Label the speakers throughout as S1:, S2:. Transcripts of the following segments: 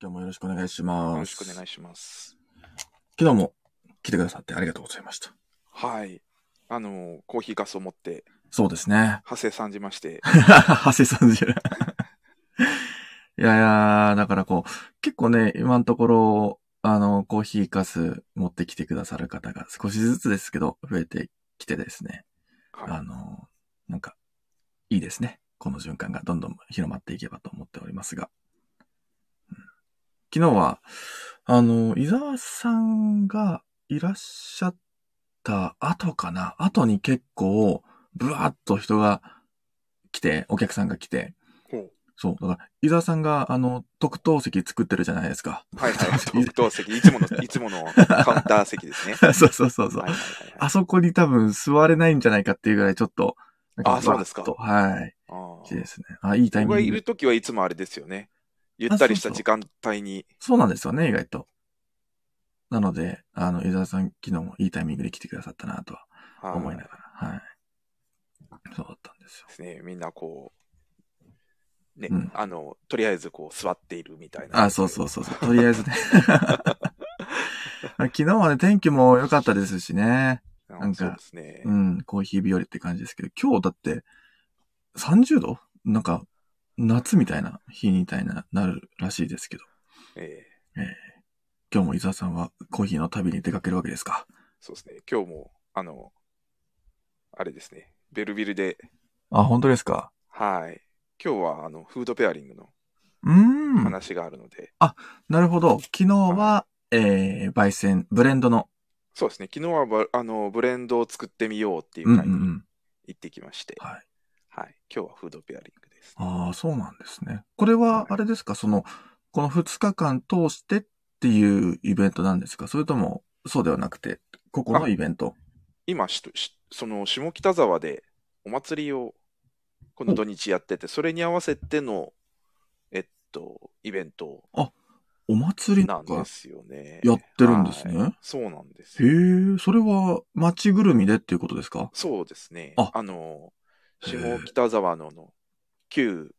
S1: 今日もよろしくお願いし
S2: よ
S1: ま
S2: ろし
S1: す。
S2: くお願
S1: い
S2: いします。
S1: 昨日も来てくださってありがとうございました。
S2: はい。あの、コーヒーガスを持って、
S1: そうですね。
S2: 派生さんじ まして、
S1: 長谷さんじゃ ない。いやいや、だからこう、結構ね、今のところ、あの、コーヒーかす持ってきてくださる方が少しずつですけど、増えてきてですね。あ
S2: はい、
S1: の、なんか、いいですね。この循環がどんどん広まっていけばと思っておりますが。うん昨日は、あの、伊沢さんがいらっしゃった後かな後に結構、ブワーッと人が来て、お客さんが来て、
S2: ほう
S1: そう、だから、伊沢さんが、あの、特等席作ってるじゃないですか。
S2: はいはい、特等席、いつもの、いつものカウンター席ですね。
S1: そうそうそうそう
S2: はいはい。はいはい
S1: あそこに多分座れないんじゃないかっていうぐらいちょっと、なん
S2: あそうですか
S1: ブワーッとはい。
S2: あー
S1: いいですね。あ、いいタイ
S2: 僕
S1: ミ
S2: が
S1: ン
S2: い
S1: グ
S2: る。ときはいつもあれですよね。ゆったりした時間帯に、
S1: そうなんですよね、意外と。なので、あの、伊沢さん、昨日もいいタイミングで来てくださったなとは
S2: はい
S1: 思いながら、はい。そうだったんですよ
S2: で。すね、みんなこう、ね、
S1: うん
S2: あの、とりあえずこう座っているみたいな。
S1: あ、そうそう そうそう。とりあえずね。昨日はね、天気も良かったですしね。
S2: あ
S1: なんか
S2: そうですね。
S1: うん、コーヒー日和って感じですけど、今日だって30度なんか、夏みたいな日みたいな、なるらしいですけど。
S2: ええ
S1: 今日も伊沢さんはコーヒーの旅に出かけるわけですか。
S2: そうですね。今日も、あの、あれですね、ベルビルで、
S1: あ、本当ですか。
S2: はい。今日は、あの、フードペアリングの
S1: うーん。
S2: 話があるので、
S1: なるほど。昨日は、えー、焙煎、ブレンドの。
S2: そうですね、昨日はばあのブレンドを作ってみようっていううん
S1: う
S2: 会
S1: んう
S2: に
S1: ん。
S2: 行ってきまして、
S1: はい。
S2: はい、今日はフードペアリングです。
S1: ああ、そうなんですね。これは
S2: は、い
S1: あれですか、その、この2日間通してっていうイベントなんですかそれとも、そうではなくて、ここのイベント。
S2: 今しとしその下北沢でお祭りをこの土日やってて、それに合わせての、えっと、イベント
S1: お祭り
S2: な
S1: と
S2: んで
S1: か
S2: すよね。
S1: やってるんですね。
S2: はいそうなんです
S1: へ
S2: よ。
S1: え、それは、街ぐるみでっていうことですか
S2: そうですね。
S1: あ
S2: あの、
S1: へ
S2: 下
S1: え
S2: 北沢のの旧、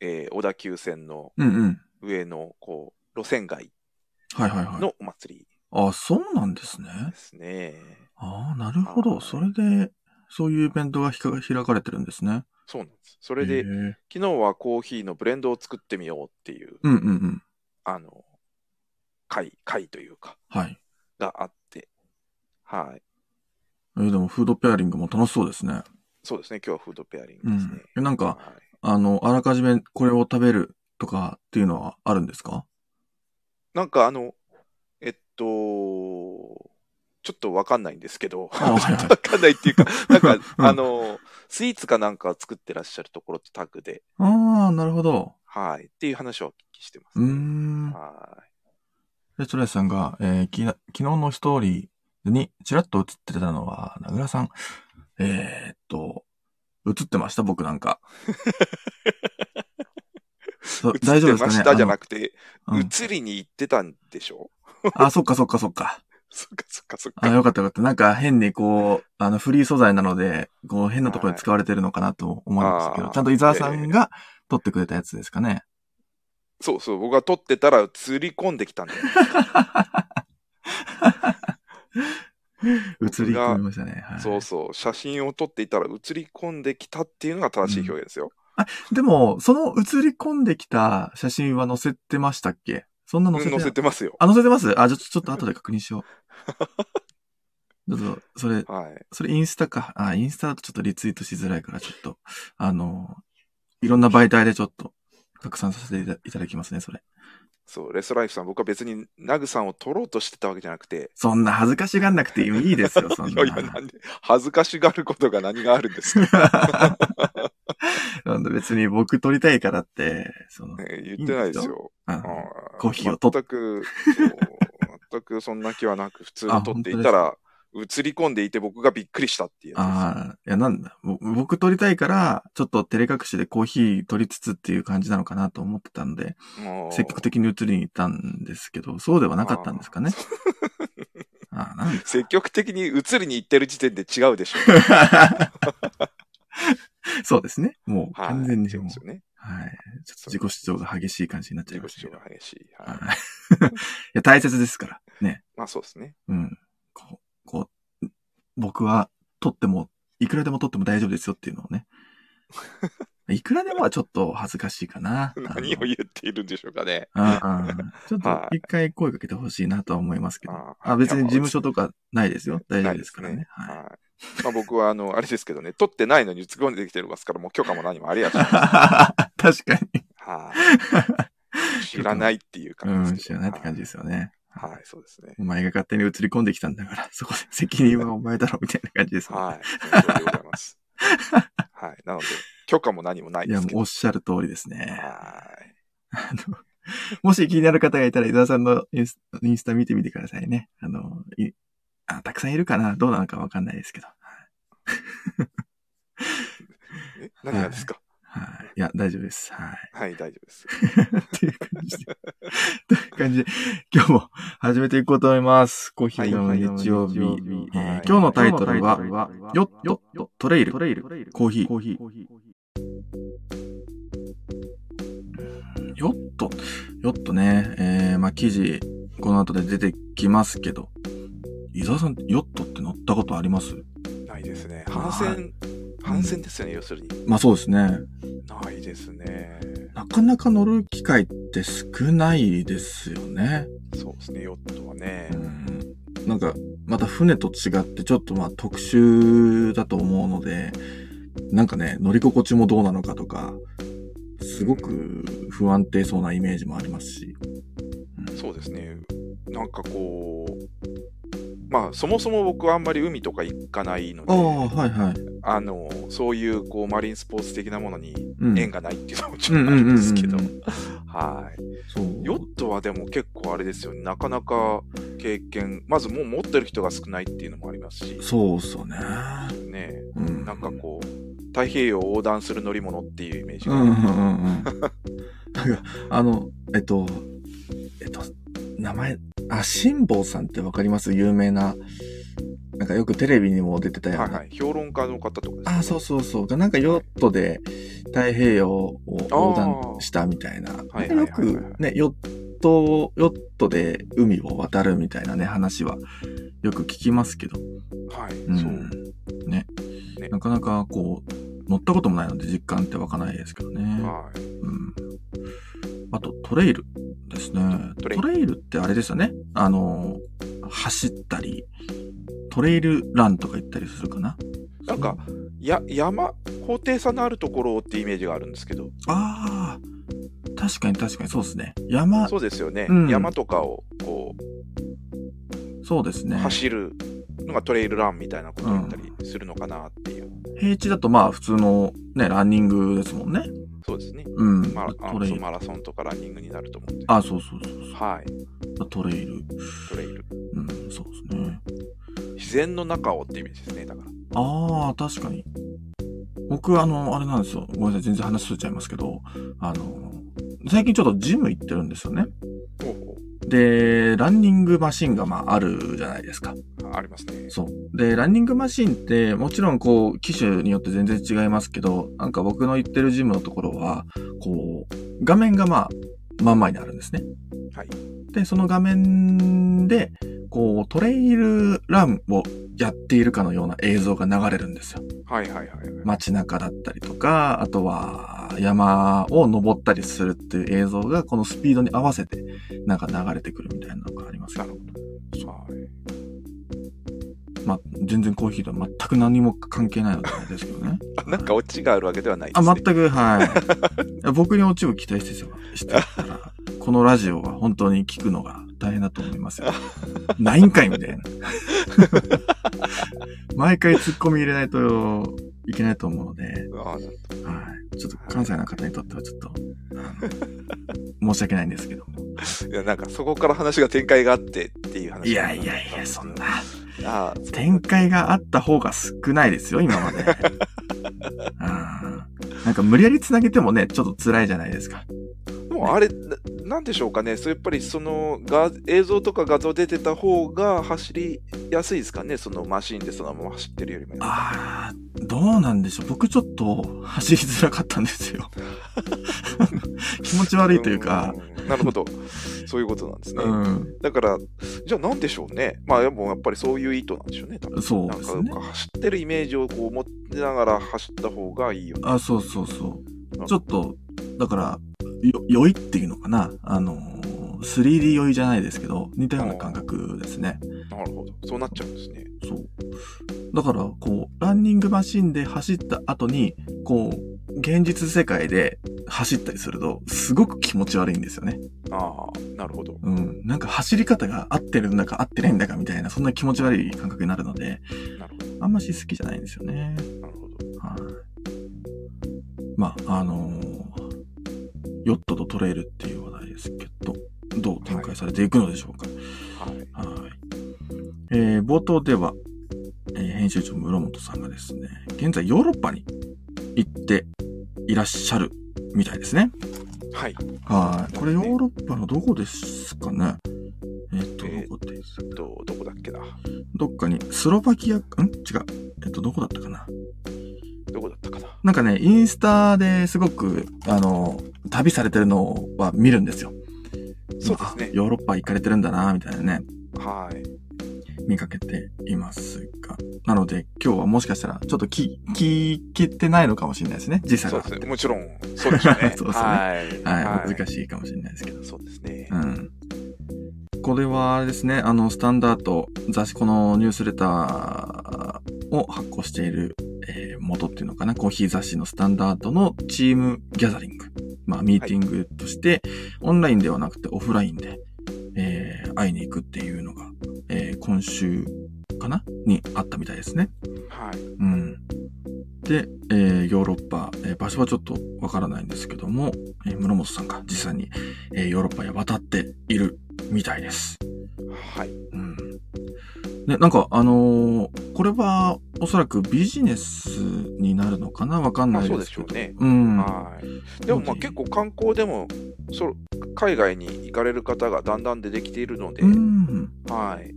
S2: えー小田急線の
S1: うんうん。
S2: 上のこう路線街
S1: はいはいはい。
S2: のお祭り
S1: あ、そうなんですね。
S2: ですね。
S1: ああ、なるほど。
S2: はい
S1: それで、そういうイベントがひか開かれてるんですね。
S2: そうなんです。そ
S1: そ
S2: れで、
S1: うん
S2: 昨日はコーヒーのブレンドを作ってみようっていう、
S1: うんうん。
S2: あの、会、会というか、
S1: はい。
S2: があって、はい。
S1: えーでもフードペアリングも楽しそうですね。
S2: そうですね、今日はフードペアリン
S1: う
S2: グですね
S1: ん。。えなんか、
S2: はい
S1: あの、あらかじめこれを食べるとかっていうのはあるんですか
S2: なんかあの、えっと、ちょっとわかんないんですけど、
S1: あはいはい
S2: ちょっとわかんないっていう か、なんか、
S1: うん
S2: あの、スイーツかなんか作ってらっしゃるところとタッグで、
S1: ああ、なるほど。
S2: はい、っていう話をお聞きしてます
S1: うー
S2: ね、
S1: ん。
S2: は
S1: で、トレスさんが、えーきな昨日のストーリーにちらっと映ってたのは、名倉さん。えー、っと、映ってました僕なん か。そう
S2: い。
S1: 大丈夫ですか
S2: 映ってま
S1: ね
S2: したじゃなくて、
S1: あのうん
S2: 移りに行ってたんでしょ
S1: あ、そっかそっかそっか。
S2: そっかそっかそっ
S1: あ、
S2: か。
S1: よかったよかった。なんか変にこう、あの、フリー素材なので、こう、変なところに使われてるのかなと思いましたけど、
S2: あー
S1: ちゃんと伊沢さんが撮ってくれたやつですかね。
S2: そうそう、僕が撮ってたら映り込んできたんだよ。
S1: 映り込みましたね。はい、
S2: そうそう、写真を撮っていたら映り込んできたっていうのが正しい表現ですよ。
S1: でも、その映り込んできた写真は載せてましたっけそんな載せて
S2: 載せてますよ。
S1: あ、載せてますあ、じゃあちょちょっと後で確認 しよう。ちょっと、それ、
S2: はい。
S1: それインスタか。あ、インスタだとちょっとリツイートしづらいから、ちょっと、あの、いろんな媒体でちょっと拡散させていただきますね、それ。
S2: そう、レストライフさん、僕は別にナグさんを取ろうとしてたわけじゃなくて、
S1: そんな恥ずかしがんなくていいですよ、そん
S2: い
S1: な。
S2: やいや、なんで、恥ずかしがることが何があるん ですか
S1: なんだ別に僕撮りたいからって、その、
S2: ね言ってないですよ。
S1: あ
S2: うん
S1: コーヒーを取っ
S2: 全く、そう全くそんな気はなく、普通に取っていたら、映り込んでいて僕がびっくりしたっていうや
S1: あー、いやなんだ、ぼ僕撮りたいから、ちょっと照れ隠しでコーヒー撮りつつっていう感じなのかなと思ってたので、
S2: つですもう。
S1: 積極的に移りに行ったんですけど、そうではなかったんですかね。ああ、なんだ。
S2: 積極的に映りに行ってる時点で違うでしょ。
S1: そうですね。もう
S2: は い。
S1: 完全に
S2: 違う
S1: も
S2: ん
S1: う
S2: ですよね。
S1: はい。ちょっと自己主張が激しい感じになっちゃ
S2: 自
S1: いま
S2: 己
S1: した
S2: 主
S1: けど
S2: 張が。激しい。は
S1: はい い。いや、大切ですから。ね。
S2: まあそうですね。
S1: うん。こう、こう、僕は取っても、いくらでも取っても大丈夫ですよっていうのを ね。いくらでもはちょっと恥ずかしいかな。
S2: 何を言っているんでしょうかね。
S1: あのうんうんちょっ
S2: は
S1: と一回声かけてほしいなとは思いますけど。
S2: あ
S1: あ、別に事務所とかないですよ。大丈
S2: な
S1: 夫
S2: い
S1: ですからね。はい
S2: はい。まあ僕は、あの、あれですけどね、取ってないのに突っ込んできてますから、もう許可も何もありやしない。
S1: 確かに。
S2: はい。知らないっていう
S1: う
S2: 感じ
S1: ん、
S2: です
S1: 知
S2: け
S1: ら
S2: ど。
S1: ないって感じですよね。
S2: はい。はい、そうですね。
S1: お前が勝手に映り込んできたんだから、 そこで責任はお前だろ、みたいな感じですもんね。
S2: はい。その通りでございます。はい。なので、許可も何もない
S1: い
S2: で
S1: や、
S2: す
S1: も
S2: け
S1: う
S2: ど。
S1: おっしゃる通りですね。
S2: は い。
S1: あの、もし気になる方がいたら、伊沢さんのインスインスタ見てみてくださいね。あの、いあたくさんいるかなどうなのかわかんないですけど。
S2: え何がですか
S1: はい。いや、大丈夫です。はい。
S2: はい、大丈夫です。
S1: っていう感じで。 という感じで、今日も始めていこうと思います。コーヒーの日曜日。えー今日のタイトルは、ヨットとトレイル、コーヒー。ヨット、ヨットね、えー、まあ、記事、この後で出てきますけど、伊沢さん、ヨットって乗ったことあります
S2: ないですね。反戦、反戦ですよね、要するに。
S1: まあ、そうですね。
S2: ないですね。
S1: なかなか乗る機会って少ないですよね。
S2: そうですね、ヨットはね。
S1: なんか、また船と違って、ちょっとまあ特殊だと思うので、なんかね、乗り心地もどうなのかとか、すごく不安定そうなイメージもありますし。
S2: そうですね。なんかこう、まあ、そもそも僕はあんまり海とか行かないの
S1: ああ、
S2: で、
S1: はいはい。
S2: あの、そういうこうマリンスポーツ的なものに
S1: うん。
S2: 縁がないっていうのもち
S1: う
S2: ょっ
S1: ん
S2: と
S1: う
S2: あ
S1: んう
S2: る
S1: んうんん
S2: ですけど、はい。
S1: そう。
S2: ヨットはでも結構あれですよね、なかなか経験、まずもう持ってる人が少ないっていうのもありますし、
S1: そうっすよね。
S2: ね、
S1: うん。
S2: なんかこう、太平洋を横断する乗り物っていうイメージ
S1: うん
S2: が、
S1: うんうんうん。なんか、あの、えっと、えっと、名前、あ、辛坊さんってわかります有名な。なんかよくテレビにも出てたよう
S2: はい
S1: な
S2: はい、評論家の方とかですね
S1: あ、そうそうそう。がなんかヨットで太平洋を横断したみたいな。
S2: はい
S1: なんか
S2: はい
S1: よ
S2: はいはい
S1: くね、ヨットを、ヨットで海を渡るみたいなね、話はよく聞きますけど。
S2: はい、
S1: うん
S2: そう。
S1: ね
S2: ね
S1: なかなかこう、乗ったこともないので実感って湧かないですけどね。
S2: はい、
S1: うん。あと、トレイルですね。
S2: ト
S1: ト
S2: レ
S1: レ
S2: イル
S1: イルってあれですよね。あの、走ったり、トレイルランとか行ったりするかな。
S2: なんか、や山、高低差のあるところってイメージがあるんですけど、
S1: ああ、確かに確かにそうですね。山、
S2: そうですよね、
S1: うん
S2: 山とかをこ
S1: そうです
S2: う
S1: ね。
S2: 走るのがトレイルランみたいなことだったりするのかなっていう、
S1: 平地だとまあ普通のね、ランニングですもんね。
S2: そうですね、
S1: うん。
S2: まあ、あ
S1: ト
S2: の
S1: レイ
S2: そう
S1: ル。
S2: マラソンとかランニングになると思うんで、
S1: あ、そうそうそう
S2: はい、
S1: そう。トレイル。
S2: トレイル、
S1: うん、そうですね。
S2: 自然の中をってイメージですね、だから。
S1: ああ、確かに。僕、あの、あれなんですよ。ごめんなさい。全然話しすれちゃいますけど、あの、最近ちょっとジム行ってるんですよね。
S2: ほうほ
S1: で、ランニングマシンがまああるじゃないですか。
S2: うありますね。
S1: そう。で、ランニングマシンって、もちろんこう、機種によって全然違いますけど、なんか僕の行ってるジムのところは、こう、画面がまあ、真ん前にあるんですね。
S2: はい。
S1: で、その画面で、こう、トレイルランをやっているかのような映像が流れるんですよ。
S2: はいはいはいはい。
S1: 街中だったりとか、あとは山を登ったりするっていう映像が、このスピードに合わせて、なんか流れてくるみたいなのがありますけど
S2: なるほど。はい。
S1: まあ、全然コーヒーとは全く何も関係ないのであれですけ どね。
S2: あなんかオチがあるわけではないです
S1: あ、
S2: ね。
S1: 全く、はい。僕にオチを期待してたら、 このラジオは本当に聞くのが大変だと思い ますよ。ないんかいみたいな。 毎回突っ込み入れないといけないと思うので、
S2: あな
S1: はい。ちょっと関西の方にとってはちょっと、あの申し訳ないんですけど も。
S2: いやなんかそこから話が展開があってっていう話
S1: いやいやいや、そん。な。
S2: あー
S1: 展開があった方が少ないですよ、今ま で。あーなんか無理やり繋げてもね、ちょっと辛いじゃないですか。
S2: でもあれ、ななんでしょうかね、そうやっぱりそのが映像とか画像出てた方が走りやすいですかね、そのマシンでそのまま走ってるよりも。
S1: ああ、どうなんでしょう。僕ちょっと走りづらかったんです よ。気持ち悪いというか、
S2: うん。なるほど、そういうことなんですね。
S1: うん、
S2: だから、じゃあなんでしょうね、まあ、でもやっぱりそういう意図なんでしょうね、多分
S1: そう
S2: なん
S1: で
S2: か
S1: すね。
S2: 走ってるイメージをこう持ってながら走った方がいいよね。
S1: あ、そうそうそう。
S2: あ
S1: ちょっと、だから、よ、酔いっていうのかな。あのー、3D 酔いじゃないですけど、似たような感覚ですね。
S2: なるほど、そうなっちゃうんですね。
S1: そう。だから、こう、ランニングマシンで走った後に、こう、現実世界で走ったりすると、すごく気持ち悪いんですよね。
S2: ああ、なるほど。
S1: うん。なんか走り方が合ってるんだか合ってないんだかみたいな、そんな気持ち悪い感覚になるので、
S2: なるほど。
S1: あんまし好きじゃないんですよね。
S2: なるほど。
S1: はい。まあ、あのーヨットとトレイルっていう話題ですけど、どう展開されていくのでしょうか。
S2: はい。
S1: はい。えー冒頭では、えー編集長室本さんがですね、現在ヨーロッパに行っていらっしゃるみたいですね。
S2: はい。
S1: はい。これヨーロッパのどこですかねえっ、と、
S2: えー
S1: どこです
S2: えっと、どこだっけな。
S1: どっかに、スロバキア、ん違う。えっ、と、どこだったかな
S2: どこだったかな。
S1: なんかね、インスタですごく、あの、旅されてるのは見るんですよ。
S2: そうですね
S1: あ。ヨーロッパ行かれてるんだな、みたいなね、
S2: はい。
S1: 見かけていますが。なので、今日はもしかしたら、ちょっと聞、聞けてないのかもしれないですね。時差
S2: そ
S1: が
S2: う
S1: あっ
S2: で
S1: て。
S2: すね。もちろん、そうでしょう
S1: 。
S2: ね
S1: そうですね
S2: はい。
S1: はい、
S2: 難
S1: 難しいかもしれないですけど。
S2: そうですね。
S1: うん。これはあれですね、あの、スタンダード、雑誌、このニュースレターを発行している、えー元っていうのかな、コーヒー雑誌のスタンダードのチームギャザリング。まあ、ミーティングとして、オンラインではなくてオフラインで、えー会いに行くっていうのが、えー今週かなにあったみたいですね。
S2: はい。
S1: うん。で、えーヨーロッパ、えー場所はちょっとわからないんですけども、えー室本さんが実際に、えーヨーロッパへ渡っているみたいです。
S2: はい。
S1: うん。ね、なんか、あのーこれはおそらくビジネスになるのかなわかん
S2: ま
S1: な
S2: あ、
S1: い
S2: そう
S1: で
S2: ですし
S1: け
S2: ょ
S1: ど。
S2: うね。
S1: うん。
S2: はい。でも、ま
S1: な
S2: あ、
S1: んで
S2: 結構観光でも、そう、海外に行かれる方がだんだん出てきているので
S1: う、ん。
S2: はい。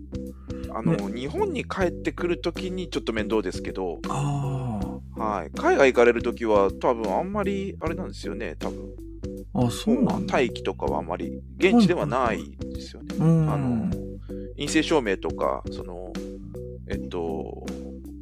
S2: あの、日本に帰ってくるときにちょっと面倒ですけど、
S1: あ
S2: はい。海外行かれるときは、多分あんまり、あれなんですよね、多分。
S1: あ。あ、そうなんだ。
S2: 待機とかはあんまり、現地ではないですよね。
S1: うん。
S2: あの陰性証明とか、そのえっと、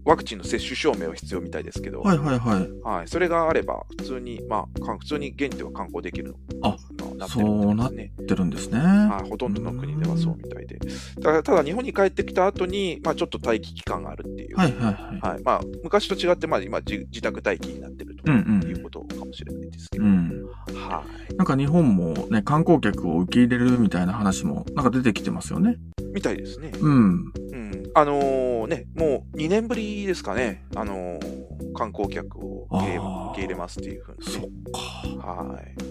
S2: ワクチンの接種証明は必要みたいですけど、
S1: は
S2: は
S1: いいはいはい。
S2: それがあれば、普通に、まあ、かん普通に現地では観光できるの
S1: あ
S2: まあなってるみたいですね。
S1: 言ってるんですね。
S2: はい、ほとんどの国ではそうみたいで。ただ、ただ日本に帰ってきた後に、まあ、ちょっと待機期間があるっていう。
S1: はいはいはい。
S2: はいまあ、昔と違って、まあ、今自、自宅待機になってると
S1: うんうん
S2: いうことかもしれないですけ
S1: う
S2: ど。
S1: ん。
S2: はい。
S1: なんか日本もね、観光客を受け入れるみたいな話もなんか出てきてますよね。
S2: みたいですね。
S1: うん。
S2: うん、あのーね、もう2年ぶりですかね、あのー観光客を受け入れ
S1: あー
S2: 受け入れますっていうふうに
S1: そっ
S2: ね、
S1: か。
S2: はい。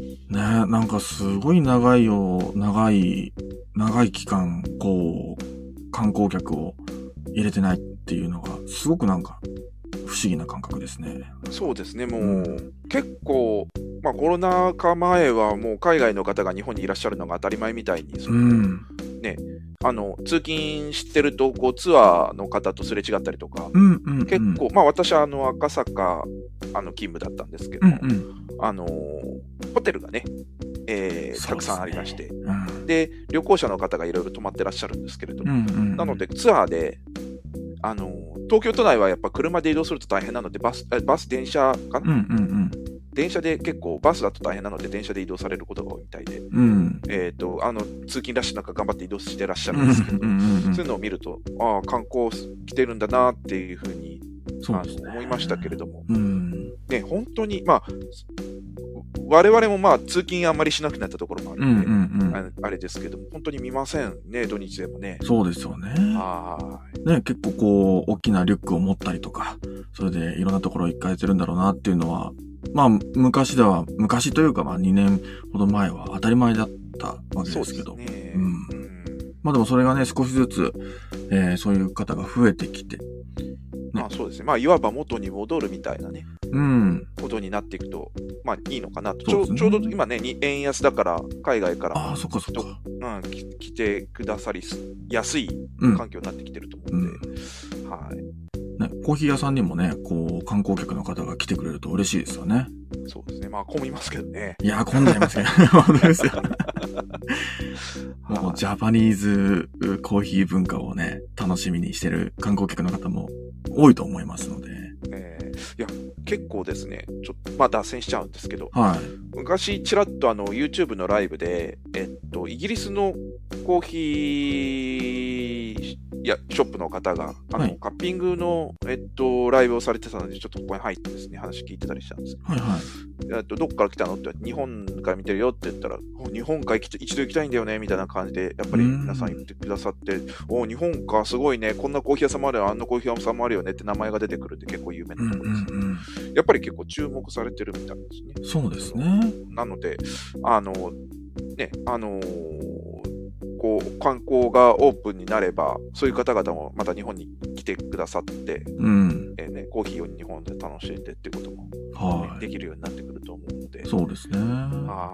S1: ねなんかすごい長いよ、長い、長い期間、こう、観光客を入れてないっていうのが、すごくなんか、不思議な感覚ですね。
S2: そうですね、もう、
S1: うん
S2: 結構、まあ、コロナ禍前はもう海外の方が日本にいらっしゃるのが当たり前みたいに、その
S1: うん。
S2: あの通勤してるとこうツアーの方とすれ違ったりとか、
S1: うん、うん。うん
S2: 結構、。まあ、私はあの赤坂あの勤務だったんですけど、
S1: うん、うん。
S2: あのーホテルがね、え
S1: そう
S2: ー
S1: ですね
S2: たくさんありまして、
S1: うん。
S2: で旅行者の方がいろいろ泊まってらっしゃるんですけれども
S1: うん、うん。
S2: なので、ツアーで、あの、東京都内はやっぱ車で移動すると大変なので、バス、えバス、電車か
S1: う
S2: な、
S1: ん、うん、
S2: 電車で結構、バスだと大変なので、電車で移動されることが多いみたいで、
S1: うん。うん。
S2: えっ、と、あの、通勤ラッシュなんか頑張って移動してらっしゃ
S1: うん
S2: るんですけど、
S1: うんうんうん
S2: そういうのを見ると、ああ、観光来てるんだなっていうふうに、
S1: そ
S2: あ
S1: うです
S2: の
S1: ね。
S2: 思いましたけれども、
S1: うん。
S2: ね、本当に、まあ、我々もまあ、通勤あんまりしなくなったところもある
S1: うん、うん
S2: で、
S1: ん、う
S2: あ
S1: ん。
S2: のあれですけども、本当に見ませんね、土日でもね。
S1: そうですよね。
S2: は
S1: ね、結構こう、大きなリュックを持ったりとか、それでいろんなところ行かれてるんだろうなっていうのは、まあ、昔では、昔というか、まあ2年ほど前は当たり前だったわ
S2: い。
S1: け
S2: そう
S1: で
S2: ですす
S1: けど、
S2: ね。
S1: うん
S2: うん
S1: まあでもそれがね、少しずつ、えーそういう方が増えてきて、
S2: まあそうですね。まあいわば元に戻るみたいなね、
S1: うん。
S2: ことになっていくと、まあいいのかなと。ち
S1: そう
S2: ょ
S1: ですね
S2: ちょうど今ね、に円安だから、海外から、
S1: ああ、そっかそっか。
S2: うん、き来てくださりす安い
S1: うん。
S2: 環境になってきてると思う
S1: うん
S2: で
S1: ん、
S2: はい。
S1: ね、コーヒー屋さんにもね、こう、観光客の方が来てくれると嬉しいですよね。
S2: そうですね。まあ混みますけどね。
S1: いやー、混んじゃいますね。 本当ですよ。も
S2: は
S1: う、ジャパニーズうコーヒー文化をね、楽しみにしてる観光客の方も多いと思いますので。
S2: いえーいや、結構ですね、ちょっと、まあ脱線しちゃうんですけど、
S1: はい。
S2: 昔、ちらっとあの YouTube のライブで、えっと、イギリスのコーヒーいやショップの方があの、
S1: はい
S2: カッピングの、えっと、ライブをされてたので、ちょっとここに入ってですね、話聞いてたりしたんですけ
S1: はいはい。
S2: ど、えっとどっから来たのって言われて、日本から見てるよって言ったら、お日本から行きた一度行きたいんだよねみたいな感じで、やっぱり
S1: うん
S2: 皆さん言ってくださって、お日本か、すごいね、こんなコーヒー屋さんもあるよ、あんなコーヒー屋さんもあるよねって名前が出てくるって結構有名
S1: うん
S2: な
S1: う
S2: と
S1: ん
S2: ころです、
S1: うん。
S2: やっぱり結構注目されてるみたいですね。
S1: そうですね。
S2: なので、あの、ね、あのこう、観光がオープンになれば、そういう方々もまた日本に来てくださって、
S1: うん。
S2: えーね、コーヒーを日本で楽しんでっていうことも、ね
S1: は
S2: できるようになってくると思うので
S1: い。。そうですね。
S2: は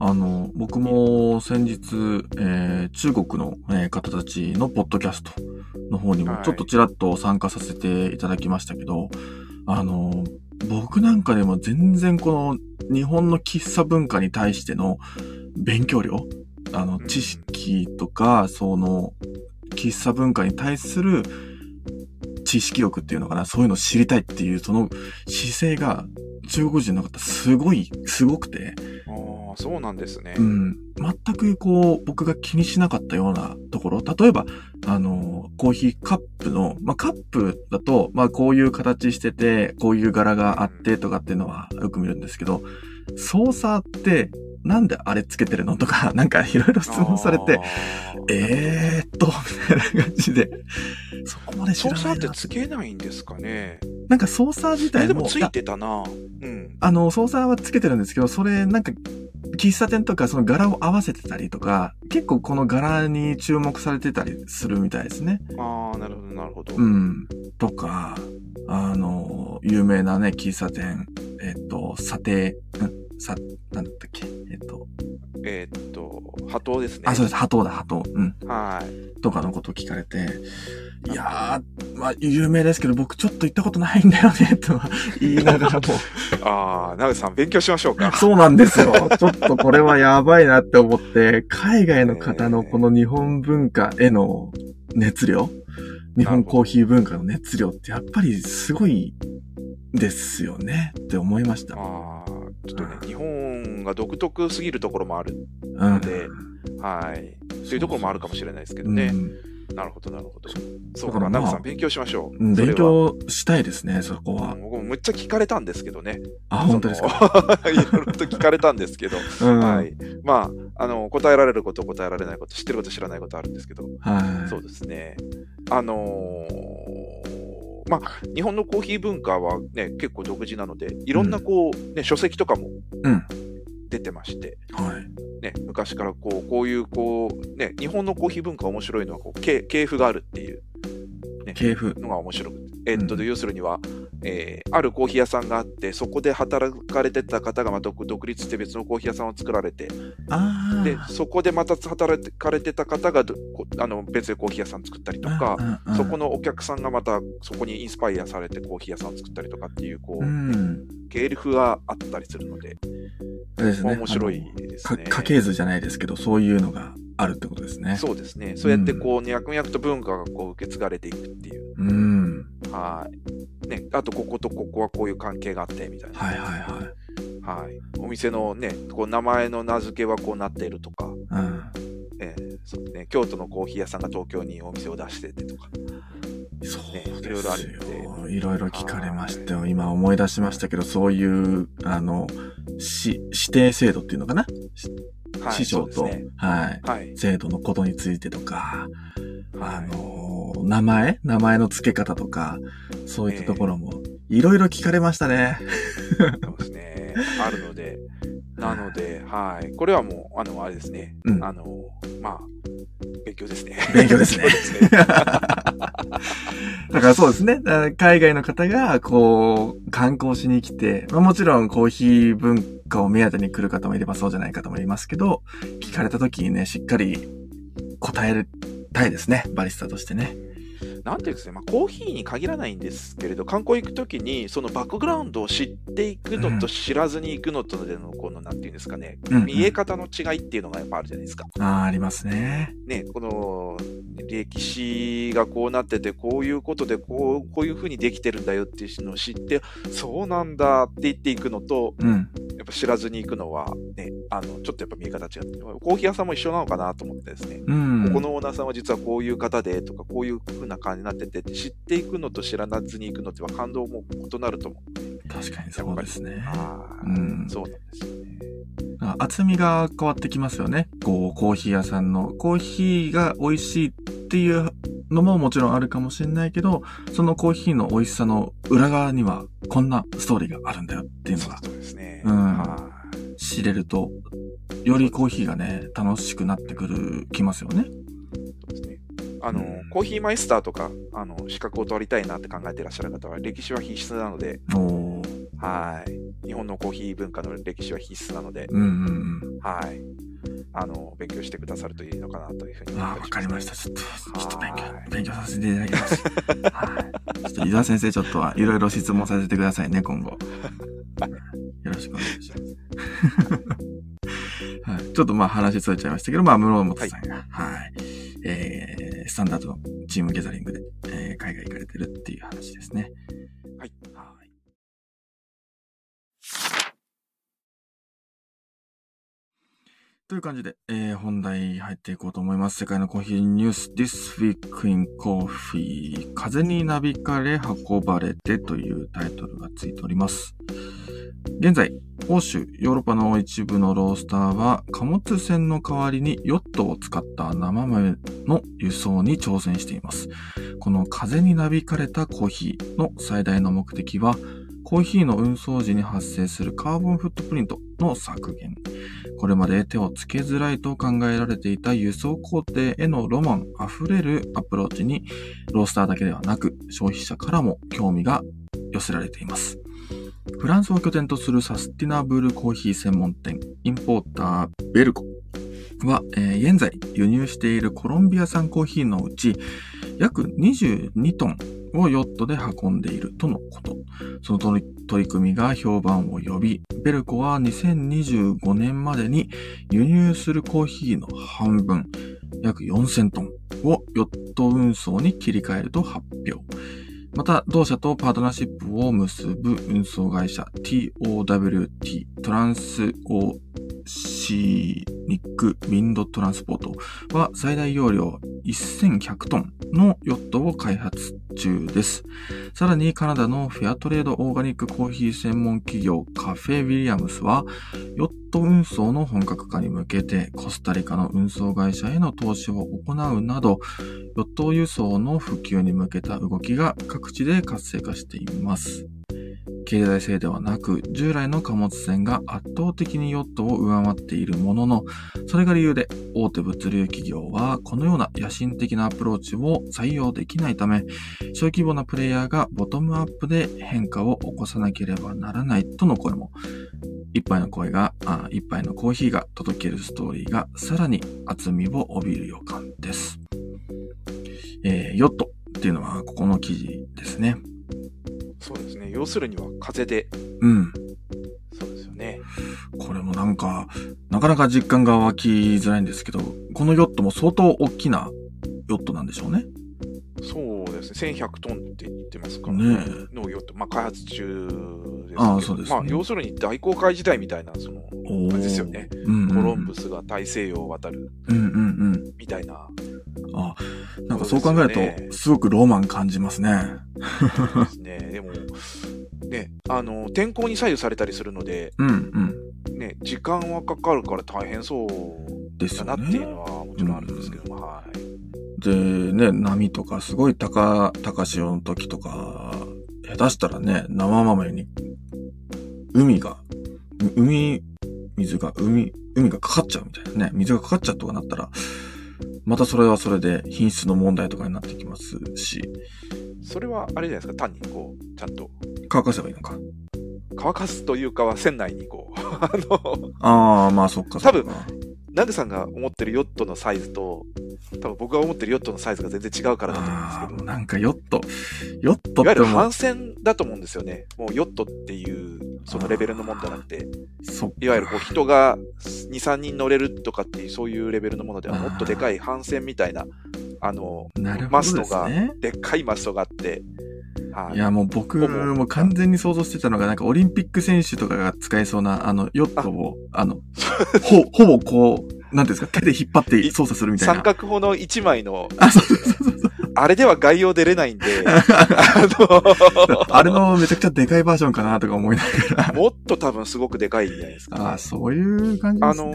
S1: あの、僕も先日、えー中国の、えー方たちのポッドキャストの方に
S2: は
S1: も
S2: い
S1: ちょっとちらっと参加させていただきましたけど、あの、僕なんかでも全然この日本の喫茶文化に対しての勉強量、あの
S2: う、ん
S1: 知識とか、その、喫茶文化に対する知識欲っていうのかな、そういうのを知りたいっていうその姿勢が中国人の方すごい、すごくて、
S2: い。ああ、そうなんですね。
S1: うん、全くこう僕が気にしなかったようなところ例えばあのコーヒーカップの、まあ、カップだと、まあ、こういう形しててこういう柄があってとかっていうのはよく見るんですけど操作ってなんであれつけてるのとか なんかいろいろ質問されて。えーっと、みたいな感じで、そこまで知
S2: 操
S1: らない
S2: 作って
S1: な。
S2: つけないんですかね。
S1: なんか操作自
S2: え
S1: 体
S2: で
S1: も、
S2: もつ
S1: い
S2: い
S1: や
S2: てたな。うん。
S1: あの、操作はつけてるんですけど、それ、なんか、喫茶店とかその柄を合わせてたりとか、結構この柄に注目されてたりするみたいですね。
S2: ああ、なるほど、なるほど。
S1: うん。とか、あの、有名なね、喫茶店、えっと、査定、うん、さ、なんだったっけ、えっと、
S2: えーっと、波頭ですね。
S1: あ、そうです、波頭だ、波頭。うん。
S2: はい。
S1: とかのことを聞かれて、いやー、まあ、有名ですけど、僕ちょっと行ったことないんだよね、とは言いながらも、
S2: ああ、なぐさん、勉強しましょうか。
S1: そうなんですよ。 ちょっとこれはやばいなって思って、海外の方のこの日本文化への熱量、日本コーヒー文化の熱量ってやっぱりすごいですよねって思いました。
S2: まあ、ちょっとね、日本が独特すぎるところもある。
S1: うん。
S2: ではい。そういうところもあるかもしれないですけどね。なるほど、なるほど。そうか、
S1: だからまあ
S2: ナムさん、勉強しましょ
S1: うん。う
S2: う。
S1: ん
S2: それ
S1: 勉
S2: は
S1: 強したいですね、そこ
S2: う
S1: は。
S2: ん僕もむっちゃ聞かれたんですけどね。
S1: あ、本当ですか。
S2: か いろいろと聞かれたんですけど、
S1: うん。
S2: は
S1: はい。
S2: い。まあ、あの、答えられること、答えられないこと、知ってること、知らないことあるんですけど、そうですね。あのーまあ、日本のコーヒー文化はね、結構独自なので、いろんなこう、ね、書籍とかも
S1: うん
S2: 出てまして、
S1: はい。
S2: ね、昔からこうこういうこう、ね、日本のコーヒー文化面白いのはこう系系譜があるっていう
S1: 系譜。
S2: のが面白くて、えっと
S1: うん
S2: 要するには、えーあるコーヒー屋さんがあってそこで働かれてた方がまた独独立して別のコーヒー屋さんを作られて
S1: ああ。
S2: でそこでまた働かれてた方がどこあの別でコーヒー屋さん作ったりとか。
S1: うん、
S2: そこ
S1: の、
S2: のお客さんがまたそこにインスパイアされてコーヒー屋さんを作ったりとかっていうこ
S1: う
S2: う、ね
S1: ん。
S2: 系譜があったりするので、
S1: あれですね。
S2: 面白いです
S1: か
S2: ね。
S1: 家系図じゃないですけど、そういうのがあるってことですね。
S2: そうですね。そうやってこう、脈々と文化がこう受け継がれていくっていう。
S1: う。うん。
S2: はい。ね、あと、こことここはこういう関係があって、みたいな。
S1: はいはいはい。
S2: はい。お店のね、こう名前の名付けはこうなっているとか、
S1: う
S2: えーそうね、京都のコーヒー屋さんが東京にお店を出しててとか。
S1: ん。そう
S2: ね
S1: です
S2: いろいろある
S1: よ。いろいろ聞かれましたよ。今思い出しましたけど、そういう、あの、し、指定制度っていうのかな、
S2: はい。
S1: 師匠と、
S2: そうですね
S1: はい。
S2: はい。
S1: 制度のことについてとか、あ
S2: はい
S1: の、名前名前の付け方とか、そういったところも、いろいろ聞かれましたね。
S2: そうですね。あるので、なので、はい。これはもう、あの、あれですね。
S1: うん
S2: あの、まあ、勉強ですね。
S1: 勉強ですね
S2: そうで すね。
S1: だからそうですね。だから海外の方が、こう、観光しに来て、まあ、もちろんコーヒー文化を目当てに来る方もいればそうじゃない方もいますけど、聞かれた時にね、しっかり答えたいですね。バリスタとしてね。
S2: なんていうんですかね、まあ、コーヒーに限らないんですけれど、観光行くときに、そのバックグラウンドを知っていくの
S1: うん
S2: と知らずに行くのとでの、この、なんていうんですかね、
S1: うんうん
S2: 見え方の違いっていうのがやっぱあるじゃないですか。
S1: ああ、ありますね。
S2: ね、この歴史がこうなってて、こういうことでこう、こういうふうにできてるんだよっていうのを知って、そうなんだって言っていくのと、
S1: うん。
S2: やっぱ知らずに行くのは、ね、あの、ちょっとやっぱ見え方違って、コーヒー屋さんも一緒なのかなと思ってですね。
S1: うん。
S2: ここのオーナーさんは実はこういう方でとか、こういう風な感じになっててって、知っていくのと知らなずに行くのっては感動も異なると思う。
S1: 確かにそうですね。
S2: あ
S1: うん
S2: そうなんですよね。
S1: あ厚みが変わってきますよね。こう、コーヒー屋さんの、コーヒーが美味しいっていうのももちろんあるかもしれないけど、そのコーヒーの美味しさの裏側にはこんなストーリーがあるんだよっていうの
S2: そう
S1: が
S2: ですね。
S1: うん
S2: はい
S1: 知れると、よりコーヒーがね、楽しくなってくる、きますよね。
S2: そうですね。あの、
S1: うん
S2: コーヒーマイスターとか、あの、資格を取りたいなって考えてらっしゃる方は、歴史は必須なので、
S1: おー
S2: はい。日本のコーヒー文化の歴史は必須なので、
S1: うんうん
S2: はい。あの、勉強してくださるといいのかなというふうに
S1: うん。
S2: 思
S1: あー
S2: った
S1: わ
S2: り。
S1: かりましたた。ちょっと、ちょっと勉
S2: は
S1: 強、
S2: い
S1: 勉強させていただきます。はい。ちょっと伊沢先生、ちょっとはいろいろ質問させてくださいね、今後。よろしくお願いします。 はい、ちょっとまあ話それちゃいましたけど、まあ、室本さんが、はい、えー、スタンダードのチームギャザリングで、えー海外行かれてるっていう話ですね。
S2: はい。
S1: はい。という感じで、えー本題入っていこうと思います。世界のコーヒーニュース、This Week in Coffee、風になびかれ運ばれてというタイトルがついております。現在、欧州、ヨーロッパの一部のロースターは、貨物船の代わりにヨットを使った生豆の輸送に挑戦しています。この風になびかれたコーヒーの最大の目的は、コーヒーの運送時に発生するカーボンフットプリントの削減。これまで手をつけづらいと考えられていた輸送工程へのロマンあふれるアプローチに、ロースターだけではなく消費者からも興味が寄せられています。フランスを拠点とするサスティナブルコーヒー専門店、インポーターベルコは、えー現在輸入しているコロンビア産コーヒーのうち、約22トンをヨットで運んでいるとのこと。その取り取り組みが評判を呼び、ベルコは2025年までに輸入するコーヒーの半分、約4000トンをヨット運送に切り替えると発表。また、同社とパートナーシップを結ぶ運送会社 TOWT トランスオシニックウィンドトランスポートは最大容量1100トンのヨットを開発中です。さらにカナダのフェアトレードオーガニックコーヒー専門企業カフェ・ウィリアムスはヨット運送の本格化に向けてコスタリカの運送会社への投資を行うなどヨット輸送の普及に向けた動きが各地で活性化しています。経済性ではなく、従来の貨物船が圧倒的にヨットを上回っているものの、それが理由で大手物流企業はこのような野心的なアプローチを採用できないため、小規模なプレイヤーがボトムアップで変化を起こさなければならないとの声も、一杯の声が、あ一杯のコーヒーが届けるストーリーがさらに厚みを帯びる予感です。えーヨットっていうのはここの記事ですね。
S2: そうですね。要するには風で、
S1: うん。
S2: そうですよね。
S1: これもなんか、なかなか実感が湧きづらいんですけど、このヨットも相当大きなヨットなんでしょうね。
S2: そうですね。1100トンって言ってますから
S1: ね
S2: 農業って、まあ、開発中ですけど
S1: ああそうですね
S2: まあ、要するに大航海時代みたいな、その、
S1: おー
S2: あれですよね。
S1: うんうん、
S2: コロンブスが大西洋を渡る
S1: うんうん
S2: みた いな、
S1: うん。あ、なんかそう考え
S2: そうですよ
S1: る
S2: ね
S1: と、すごくロマン感じますね。
S2: ですね。でも、ね、あの、天候に左右されたりするので、
S1: うんうん。
S2: ね、時間はかかるから大変そう
S1: です
S2: だ
S1: よ
S2: なっ
S1: ね。
S2: ていうのはもちろんあるんですけども、はい。
S1: で、ね、波とか、すごい高、高潮の時とか、下手したらね、生豆に、海が、う海、水が、海、海がかかっちゃうみたいなね。水がかかっちゃうとかなったら、またそれはそれで品質の問題とかになってきますし、
S2: それはあれじゃないですか、単にこう、ちゃんと
S1: 乾かせばいいのか。
S2: 乾かすというかは、船内にこう、 あの、
S1: ああ、まあそっかそっか。
S2: 多分ナグさんが思ってるヨットのサイズと、多分僕が思ってるヨットのサイズが全然違うからだと思うんです
S1: あ
S2: け
S1: ー
S2: ど
S1: もう。なんかヨット、ヨット
S2: いわ
S1: っ
S2: ゆ
S1: て
S2: る
S1: もう
S2: 帆、船だと思うんですよね。もうヨットっていう、そのレベルのものじゃなくて、
S1: そっか
S2: いわゆるこう人が2、3人乗れるとかっていう、そういうレベルのものでは、もっとでかい帆船みたいな、あの、
S1: なるほ
S2: マス
S1: ど
S2: ト
S1: です
S2: が
S1: ね。
S2: でっかいマストがあって、はい
S1: や、もう僕
S2: 思う
S1: も完全に想像してたのが、なんかオリンピック選手とかが使えそうな、あの、ヨットを、あの、ほ、ほぼこう、なんていうんですか、手で引っ張って操作するみたい
S2: 三
S1: な。
S2: 角砲の1枚の、
S1: あ、そうそうそうそう。
S2: あれでは概要出れない んで、あの、
S1: あれのめちゃくちゃでかいバージョンかなとか思いながら。
S2: もっと多分すごくでかいんじゃないですか、
S1: あそういう感じですね。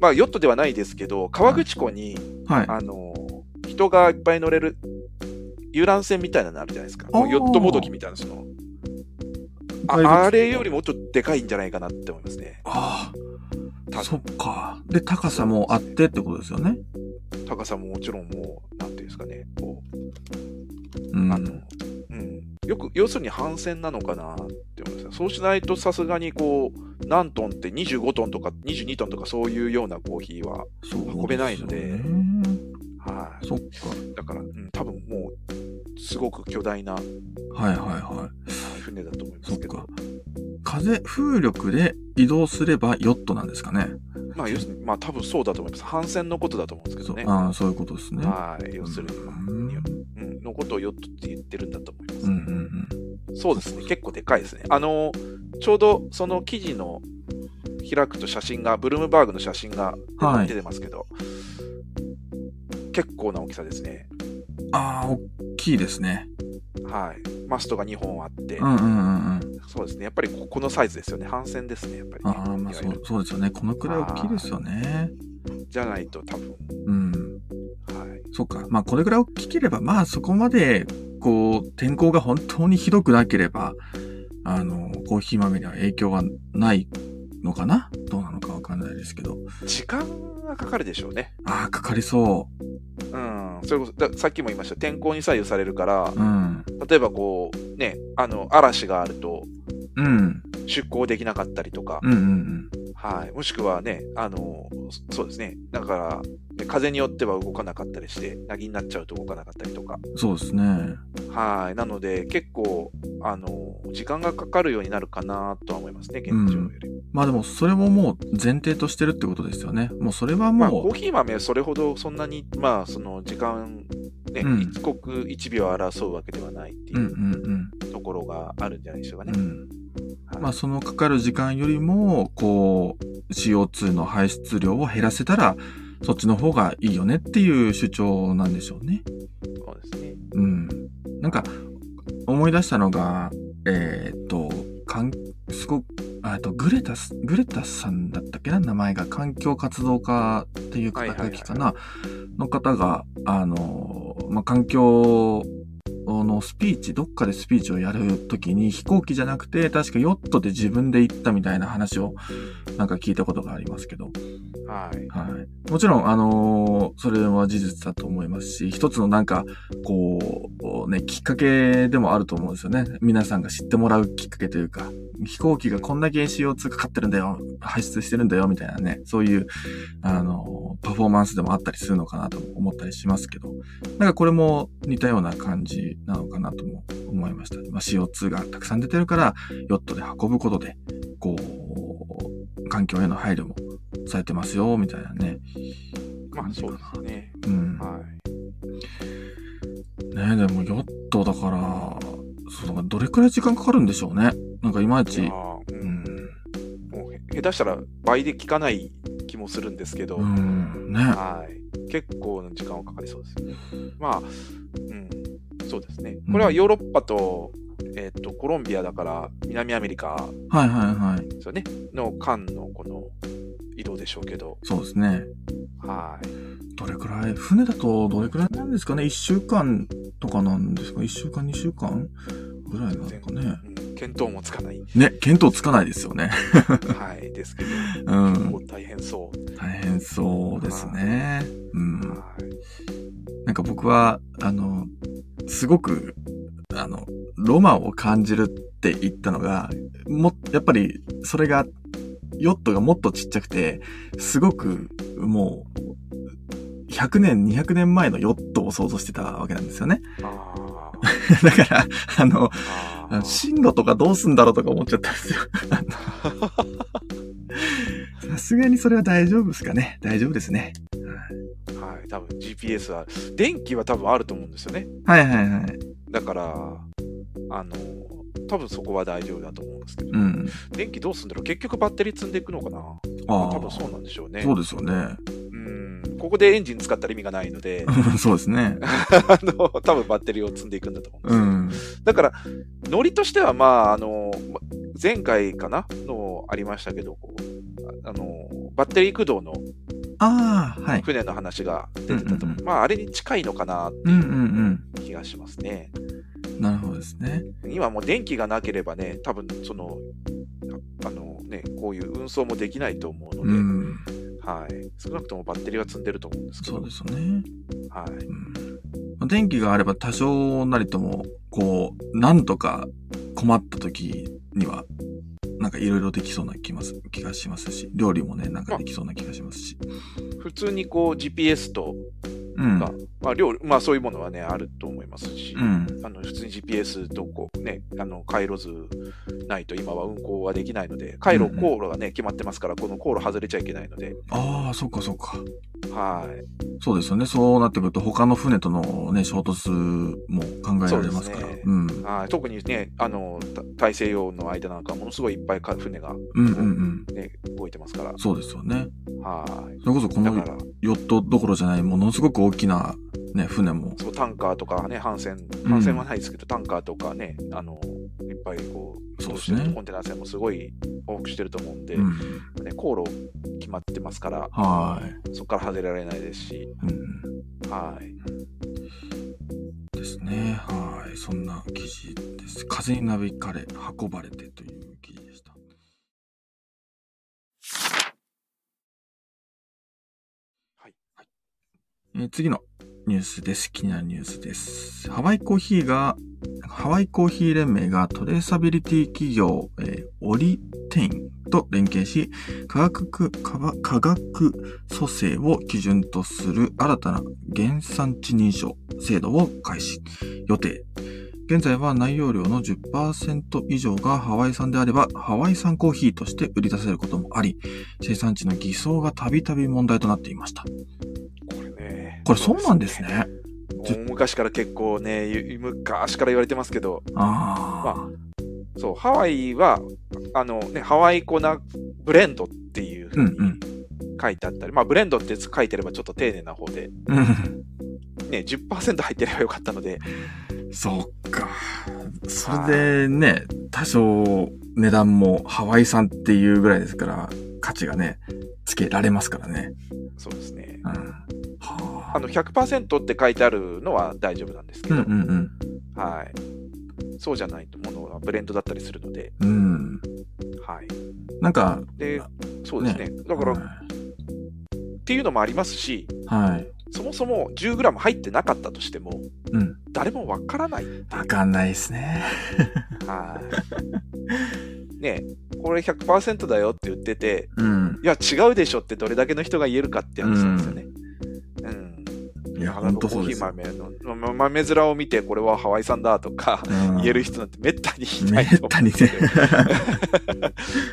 S2: まあ、ヨットではないですけど、河口湖に、
S1: はい。
S2: あの、人がいっぱい乗れる遊覧船みたいなのあるじゃないですか。
S1: あー
S2: もうヨットもどきみたいな、その、
S1: 外国
S2: ああれよりもちょっとでかいんじゃないかなって思いますね。
S1: ああ、
S2: た
S1: そっか。で、高さもあってってことですよね。
S2: 高さももちろんもう、なんていうんですかね、こ
S1: う
S2: う、
S1: ん。
S2: あの、うん。よく、要するに反戦なのかなって思います。そうしないとさすがにこう、何トンって25トンとか22トンとかそういうようなコーヒーは、
S1: そうですよね
S2: 運べないのではい。
S1: そっ
S2: だから、うん、多分もう、すごく巨大な
S1: か。はいはいはい。
S2: 船だと思いま
S1: そっ
S2: すけど
S1: か。。風、風力で移動すればヨットなんですかね。
S2: まあ、要するに、まあ、多分そうだと思います。反戦のことだと思うんですけ
S1: そ
S2: ど
S1: う
S2: ね。
S1: ああ、そういうことですね。
S2: はい。要するに、まあ
S1: うん
S2: にうん、のことをヨットって言ってるんだと思います。
S1: うんうん
S2: そうですね。結構でかいですね。あの、ちょうどその記事の開くと写真が、ブルームバーグの写真が
S1: はい
S2: 出てますけど、結構な大きさですね。
S1: うん。ああ、大きいですね。
S2: はい。マストが2本あって、
S1: うんうんうんうん。
S2: そうですね。やっぱりここのサイズですよね。反戦ですね。やっぱり、ね。
S1: ああ、まあ
S2: いわ
S1: そ
S2: ゆる
S1: うそうですよね。このくらい大きいですよね。
S2: じゃないと多分、
S1: うん。
S2: はい。
S1: そっか。まあこれくらい大きければ、まあそこまで、こう、天候が本当にひどくなければ、あの、コーヒー豆には影響はないのかなどうなのかわかんないですけど。
S2: 時間がかかるでしょうね。
S1: ああ、かかりそ
S2: うん、それこそださっきも言いました天候に左右されるから
S1: う。うん。
S2: 例えばこうねあの嵐があると
S1: うん。
S2: 出航できなかったりとか、
S1: うんうんうん。
S2: はい、もしくはねあのそそうですねだからね風によっては動かなかったりしてなぎになっちゃうと動かなかったりとか
S1: そうですね。
S2: はいなので結構あの時間がかかるようになるかなとは思いますね現状より、
S1: まあでもそれももう前提としてるってことですよね。もうそれは
S2: まあ
S1: も
S2: コ
S1: う
S2: ー、ヒー豆はそれほどそんなにまあその時間ね、
S1: うん
S2: 一刻一秒を争うわけではないって
S1: うん
S2: いううん
S1: うん。
S2: ところがあるんじゃないでしょうかね、
S1: うん
S2: はい
S1: まあ、そのかかる時間よりも、こう、CO2 の排出量を減らせたら、そっちの方がいいよねっていう主張なんでしょうね。
S2: そうですね
S1: うん。なんか、思い出したのが、えーっと、かん、すごく、あえっと、グレタス、グレタさんだったっけな名前が、環境活動家っていう
S2: はい
S1: 肩
S2: はいはい
S1: 書きかなの方が、あの、まあ、環境のスピーチ、どっかでスピーチをやるときに飛行機じゃなくて、確かヨットで自分で行ったみたいな話をなんか聞いたことがありますけど。
S2: はい。
S1: はい。もちろん、あのーそれは事実だと思いますし、一つのなんか、こう、ね、きっかけでもあると思うんですよね。皆さんが知ってもらうきっかけというか、飛行機がこんだけ CO2 かかってるんだよ、排出してるんだよ、みたいなね、そういう、あのーパフォーマンスでもあったりするのかなとも思ったりしますけど、なんかこれも似たような感じなのかなとも思いました。まあ、CO2 がたくさん出てるから、ヨットで運ぶことで、こう、環境への配慮もされてますよ、みたいなね。
S2: まあそうで
S1: な
S2: すね。
S1: うん。
S2: はい。
S1: ねえでもヨットだから、そうだからどれくらい時間かかるんでしょうね。なんかいまい
S2: い
S1: ち
S2: や。ー
S1: う
S2: うん、
S1: ん。
S2: もうへ下手したら倍で効かない気もするんですけど、
S1: うん。ね
S2: はい。結構な時間はかかりそうですね。まあ、うん、そうですね。これはヨーロッパと、えっ、と、コロンビアだから、南アメリカ
S1: はいはいはい。
S2: ですよね、の間のこの移動でしょうけど、
S1: そうですね。
S2: はい。
S1: どれくらい、船だとどれくらいなんですかね。1週間とかなんですか ?1 週間、2週間ぐらいなのかね。
S2: うん、見当もつかない。
S1: ね、見当つかないですよね。
S2: はい。ですけど、
S1: う
S2: 結
S1: ん。
S2: 構大変そう。
S1: 大変そうですね。うん。
S2: はい。
S1: なんか僕は、あの、すごく、あの、ロマンを感じるって言ったのが、も、やっぱり、それが、ヨットがもっとちっちゃくて、すごく、もう、100年、200年前のヨットを想像してたわけなんですよね。
S2: あ
S1: だから、あの、
S2: あ。
S1: あの進路とかどうすんだろうとか思っちゃったんです よ。あのさすがにそれは大丈夫ですかね。大丈夫ですね。
S2: はい。多分 GPS は、電気は多分あると思うんですよね。
S1: はいはいはい。
S2: だから、あの、多分そこは大丈夫だと思うんですけど、
S1: うん。
S2: 電気どうすんだろう結局バッテリー積んでいくのかな
S1: ああ
S2: 多分そうなんでしょうね。
S1: そうですよね。
S2: うん。ここでエンジン使ったら意味がないの で、
S1: うんそうですね。
S2: あの、多分バッテリーを積んでいくんだと思うんです
S1: う
S2: よ。
S1: ん。
S2: だから、ノリとしては、まあ、あの、ま前回かなのありましたけど、こう、ああの、バッテリー駆動の
S1: ああ、はい。
S2: 船の話が出てたと思う。
S1: うんうんうん
S2: まあ、あれに近いのかなって
S1: うんうん
S2: 気がしますね。
S1: うん。なるほどですね。
S2: 今もう電気がなければね、多分その、ああのね、こういう運送もできないと思うの
S1: う
S2: で、
S1: ん。
S2: はい。少なくともバッテリーは積んでると思うんですけど、
S1: そうですよね。
S2: はい。
S1: うん。電気があれば多少なりとも、こう、なんとか困った時には、なんかいろいろできそうな気ます気がしますし、料理もね、なんかできそうな気がしますし。
S2: 普通にこう GPS と、
S1: うん。
S2: がまあ、料理まあそういうものはね、あると思いますし、
S1: うん。
S2: あの普通に GPS とこう、ね、あの回路図ないと今は運行はできないので、回路、
S1: うんうん
S2: 航路が、ね、決まってますから、この航路外れちゃいけないので、
S1: ああ、そっかそっか。
S2: はい
S1: そうですよね。そうなってくると、他の船とのね、衝突も考えられますから。
S2: そうですね
S1: うん。
S2: はい特に、ね、あのた大西洋の間なんか、ものすごいいっぱいか船が、
S1: うんうんうん。
S2: ね、動いてますから、
S1: そうですよね。
S2: はい
S1: それこそこ
S2: だ
S1: の
S2: から
S1: ヨットどころじゃない、ものすごく大きな、ね、船も。
S2: そうタンカーとか、ね、帆船、
S1: ん
S2: 帆船はないですけど、タンカーとかね、あのいっぱいこう、
S1: そう
S2: 移動
S1: で
S2: し
S1: す
S2: て
S1: ね
S2: るとコンテナ船もすごい往復してると思うんで、
S1: うん。
S2: ね、航路決まってますから、
S1: は
S2: そこから外れられないですし、
S1: い。うん。
S2: はい、
S1: ですね。はい。そんな記事です。風になびかれ、運ばれてという記事でした。
S2: はい。
S1: えー次のニュースです。気になるニュースです。ハワイコーヒーが、ハワイコーヒー連盟がトレーサビリティ企業、えーオリテインと連携し、化学く、化化学組成を基準とする新たな原産地認証制度を開始予定。現在は内容量の10%以上がハワイ産であれば、ハワイ産コーヒーとして売り出せることもあり、生産地の偽装がたびたび問題となっていました。
S2: これね。
S1: これそうなんです。ね。
S2: もう昔から結構ね、ゆ昔から言われてますけど、
S1: ああ。
S2: そう、ハワイは、あのね、ハワイ粉ブレンドっていうふうに
S1: うんうん
S2: 書いてあったり、まあブレンドって書いてればちょっと丁寧な方で、
S1: うん。
S2: ね、10%入ってればよかったので、
S1: そっか。それでね、多少値段もハワイ産っていうぐらいですから、価値がね、つけられますからね。
S2: そうですね
S1: う。ん。はあ
S2: あの、100%って書いてあるのは大丈夫なんですけ
S1: う
S2: ど、
S1: んうん
S2: はい。そうじゃないものはブレンドだったりするので、
S1: うん。うん。
S2: はい。
S1: なんか、
S2: で、そうですね。だから、っ
S1: は
S2: ていうのもありますし、
S1: いはい。
S2: そもそも 10g 入ってなかったとしても、
S1: うん
S2: 誰もわからない。
S1: わかんないですね。
S2: はい。ねえこれ100%だよって言ってて、
S1: うん。
S2: いや、違うでしょってどれだけの人が言えるかって話なんですよね。うん。
S1: いや、
S2: だか
S1: ほ
S2: ら
S1: んとそうです
S2: コ
S1: よ。
S2: ーヒー豆のま豆面を見て、これはハワイ産だとか、
S1: うん
S2: 言える人なんてめったにい
S1: め
S2: ない
S1: っ
S2: と思
S1: た
S2: うん
S1: に
S2: です
S1: ね
S2: よ。。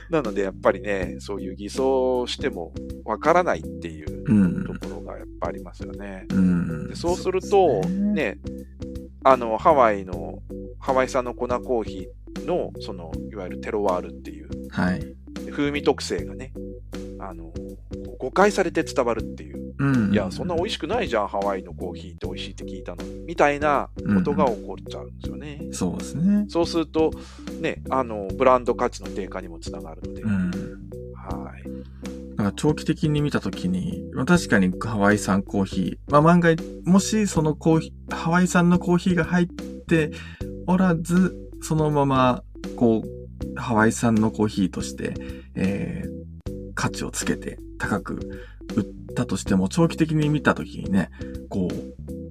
S2: なので、やっぱりね、そういう偽装してもわからないっていう
S1: う
S2: と
S1: ん。
S2: ころがやっぱありますよね。
S1: うん
S2: で。そうすると
S1: そうですね
S2: ね、あの、ハワイの、ハワイ産の粉コーヒーの、その、いわゆるテロワールっていう、
S1: はい。
S2: 風味特性がね、あの、こう誤解されて伝わるっていう、
S1: うん。
S2: いや、そんな美味しくないじゃん、ハワイのコーヒーって美味しいって聞いたのに、みたいなことが起こっちゃうんですよね。
S1: そうですね。
S2: そうすると、ね、あの、ブランド価値の低下にもつながるので、
S1: うん。
S2: はい。
S1: だから長期的に見たときに、まあ確かにハワイ産コーヒー、まあ万が一、もしそのコーヒー、ハワイ産のコーヒーが入っておらず、そのままこう、ハワイ産のコーヒーとして、えー価値をつけて高く売ったとしても、長期的に見たときにね、こう、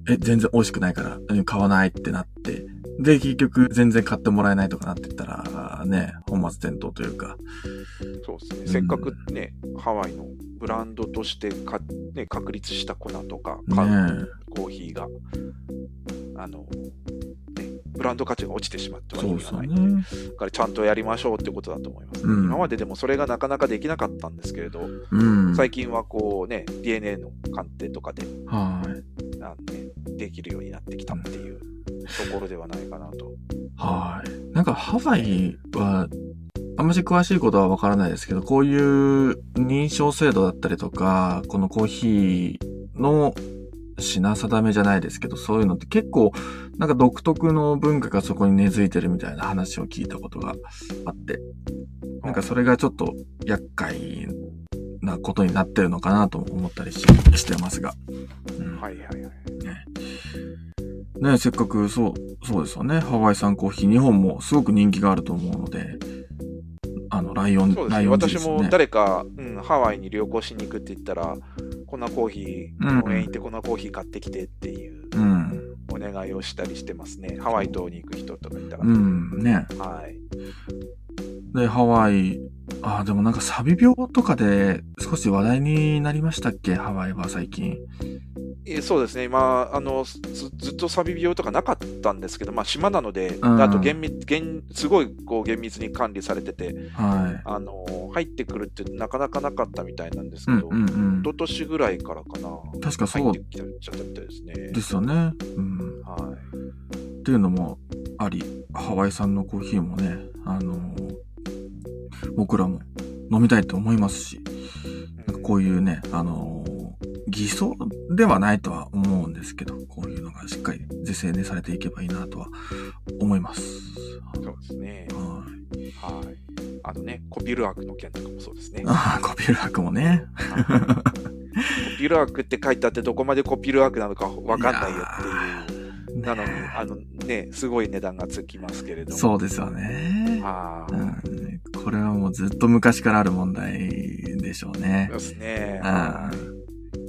S1: え、全然美味しくないから、うん買わないってなって、で、結局全然買ってもらえないとかなってったら、ね、本末転倒というか、
S2: そうですね、
S1: ん
S2: せっかくね、ハワイのブランドとしてか、ね、確立した粉とか、買う
S1: ね
S2: コーヒーが、あの、ね、ブランド価値が落ちてしまっては意味がないんで、
S1: ね。
S2: だからちゃんとやりましょうってことだと思います、
S1: うん
S2: 今まででもそれがなかなかできなかったんですけれど、
S1: うん。
S2: 最近はこうね、DNA の鑑定とかで、
S1: はい。
S2: あのね、できるようになってきたっていうところではないかなと。
S1: はい。なんかハワイは、あんまり詳しいことはわからないですけど、こういう認証制度だったりとか、このコーヒーの品定めじゃないですけど、そういうのって結構、なんか独特の文化がそこに根付いてるみたいな話を聞いたことがあって、なんかそれがちょっと厄介なことになってるのかなとも思ったりししてますが。うん
S2: はいはいはい。
S1: ね、せっかく、そう、そうですよね。ハワイ産コーヒー、日本もすごく人気があると思うので、あの、ライオン、
S2: そうです
S1: ラ
S2: ね、
S1: イオン
S2: 私
S1: ですね
S2: も誰か、うん、ハワイに旅行しに行くって言ったら、こんなコーヒ
S1: うん
S2: ー、公園行ってこんなコーヒー買ってきてっていう
S1: うん。
S2: お願いをしたりしてますね。ハワイ島に行く人とかいたら。
S1: うん、ね。
S2: はい。
S1: で、ハワイ、あー、でもなんかサビ病とかで少し話題になりましたっけハワイは最近。
S2: えそうですね、今あのず、ずっとサビ病とかなかったんですけど、まあ、島なので、
S1: ん
S2: あと厳密厳すごいこう厳密に管理されてて、
S1: は
S2: あの入ってくるってなかなかなかったみたいなんです
S1: い。う
S2: け
S1: ん、
S2: ど、
S1: うん、うん
S2: 一。昨年ぐらいからかな、
S1: 確かそ
S2: 入っ
S1: う
S2: てきちゃったみたいですね。
S1: ですよね。うん。
S2: はい
S1: っていうのもあり、ハワイ産のコーヒーもね、あの僕らも飲みたいと思いますし、
S2: うん
S1: こういうね、あの偽装ではないとは思うんですけど、こういうのがしっかり是正でされていけばいいなとは思います。
S2: そうですね。
S1: はい
S2: はい。あのね、コピルアークの件とかもそうですね。コ
S1: ああ、コピールークもね。
S2: ピルアークって書いてあって、どこまでコピルアークなのかわかんないよっていう。なのに、
S1: ね
S2: あのね、すごい値段がつきますけれども。
S1: そうですよね。
S2: は
S1: う
S2: い。
S1: ん、これはもうずっと昔からある問題でしょうね
S2: そう。ですね。
S1: うん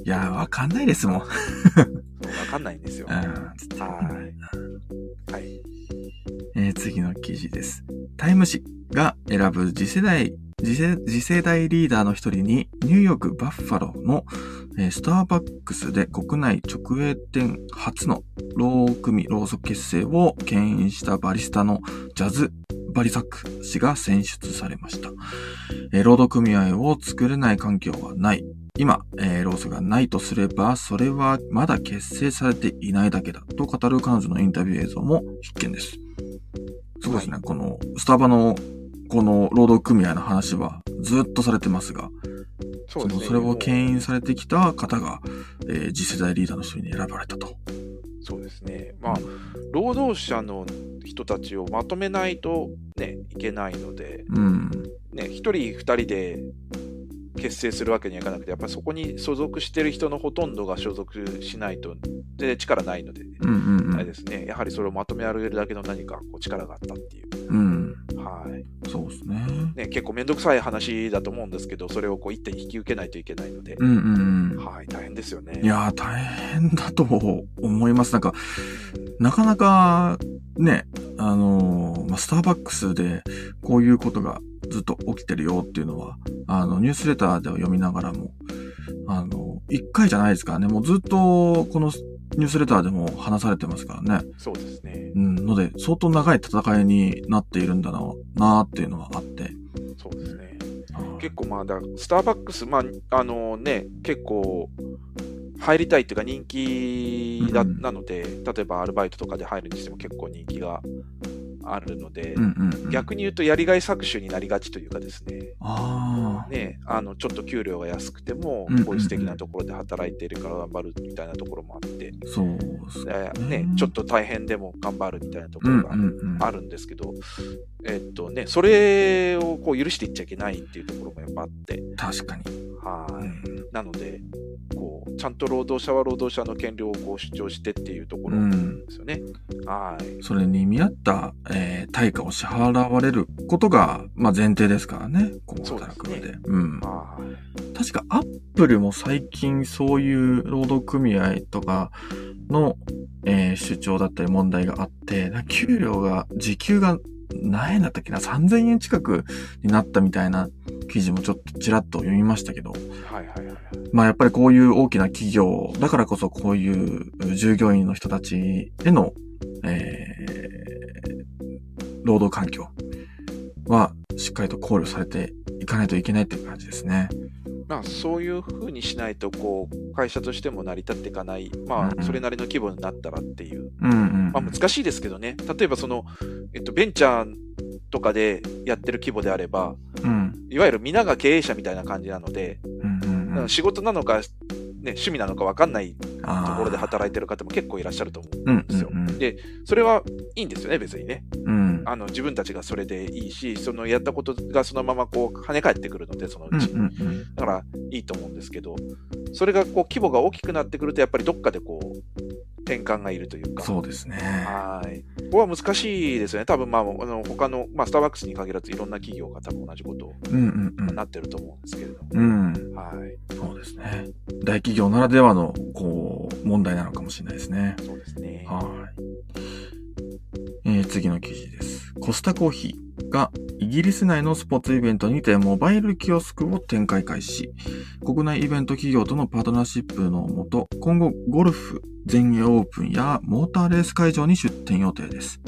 S1: いや、わかんないですもん。うん
S2: そうわかんないんですよ。は
S1: ちょっと
S2: い。はい。
S1: えー次の記事です。タイム誌が選ぶ次世代、次世次世代リーダーの一人に、ニューヨーク・バッファローの、えースターバックスで国内直営店初の労組労組結成を牽引したバリスタのジャズ・バリサック氏が選出されました。えー労働組合を作れない環境はない。今、えー労組がないとすれば、それはまだ結成されていないだけだと語る彼女のインタビュー映像も必見です。そうですね、このスタバのこの労働組合の話はずっとされてますが、
S2: そ
S1: そう
S2: です
S1: の
S2: ね。
S1: それを牽引されてきた方が、えー次世代リーダーの一人に選ばれたと。
S2: そうですね。まあ、労働者の人たちをまとめないとね、いけないので、
S1: うん。
S2: ね、1人2人で結成するわけにはいかなくてやっぱりそこに所属してる人のほとんどが所属しないと全然力ないので、
S1: うんうんう
S2: あれ
S1: ん。
S2: ですねやはりそれをまとめられるだけの何かこう力があったっていう、
S1: うん。
S2: はい
S1: そうですね。
S2: ね、結構面倒くさい話だと思うんですけどそれをこう一手に引き受けないといけないので、
S1: うんうんうん。
S2: はい大変ですよね
S1: いやー、大変だと思います。なんか、なかなか、ね、あのーまあ、スターバックスでこういうことがずっと起きてるよっていうのは、あの、ニュースレターでは読みながらも、あの、一回じゃないですからね、もうずっとこのニュースレターでも話されてますからね。
S2: そうですね
S1: うん、ので、相当長い戦いになっているんだな、なーっていうのはあって。
S2: そうですね結構まあだスターバックスまああのね結構入りたいっていうか人気だ、
S1: うん
S2: なので例えばアルバイトとかで入るにしても結構人気があるので、
S1: うんうん、うん。
S2: 逆に言うとやりがい搾取になりがちというかですね
S1: ああ。
S2: ねあのちょっと給料が安くても
S1: うん
S2: こういう素敵なところで働いているから頑張るみたいなところもあって、
S1: そうっす
S2: でね
S1: うん
S2: ちょっと大変でも頑張るみたいなとこ
S1: うん
S2: ろ
S1: う
S2: が
S1: んうん。
S2: あるんですけど、えっとね、それをこう許していっちゃいけないっていうところもやっぱあって。
S1: 確かに。
S2: は
S1: う
S2: い
S1: ん
S2: なので、こう、ちゃんと労働者は労働者の権利をこう主張してっていうところ
S1: うん。
S2: ですよね。はい。
S1: それに見合った、えー対価を支払われることが、まあ、前提ですからね。こう
S2: そうですね
S1: 働く上で。うん。
S2: はい。
S1: 確かアップルも最近そういう労働組合とかの、えー主張だったり問題があって、なんか給料が、時給が何円だったっけな ?3000 円近くになったみたいな記事もちょっとちらっと読みましたけど、
S2: はいはいはい。
S1: まあやっぱりこういう大きな企業、だからこそこういう従業員の人たちへの、えー労働環境はしっかりと考慮されていかないといけないっていう感じですね。
S2: まあ、そういうふうにしないとこう会社としても成り立っていかない、
S1: う
S2: ま
S1: んうん
S2: あ、それなりの規模になったらっていう、
S1: うんうんうん、
S2: まあ、難しいですけどね、例えばその、えっと、ベンチャーとかでやってる規模であれば、
S1: うん。
S2: いわゆる皆が経営者みたいな感じなので、
S1: うんうんうん
S2: 仕事なのか、ね、趣味なのか分かんない
S1: あー
S2: ところで働いてる方も結構いらっしゃると思う。
S1: うん
S2: ですよ
S1: うんうん
S2: でそれはいいんですよね、別にね。
S1: うん
S2: あの自分たちがそれでいいし、そのやったことがそのままこう跳ね返ってくるので、その
S1: う
S2: うんち。
S1: うん
S2: だからいいと思うんですけど、それがこう規模が大きくなってくると、やっぱりどっかでこう転換がいるという
S1: うん
S2: か、
S1: そうですね。
S2: はいここは難しいですよね、多分まああの他の、まあ、スターバックスに限らず、いろんな企業が多分同じこと
S1: うんうん
S2: になってると思うんですけれども、
S1: うん。うん。
S2: はい、
S1: そうですね。大企業ならではの、こう、問題なのかもしれないですね。
S2: そうですね。
S1: はい。えー次の記事です。コスタコーヒーがイギリス内のスポーツイベントにてモバイルキオスクを展開開始。国内イベント企業とのパートナーシップのもと、今後ゴルフ、全英オープンやモーターレース会場に出店予定です。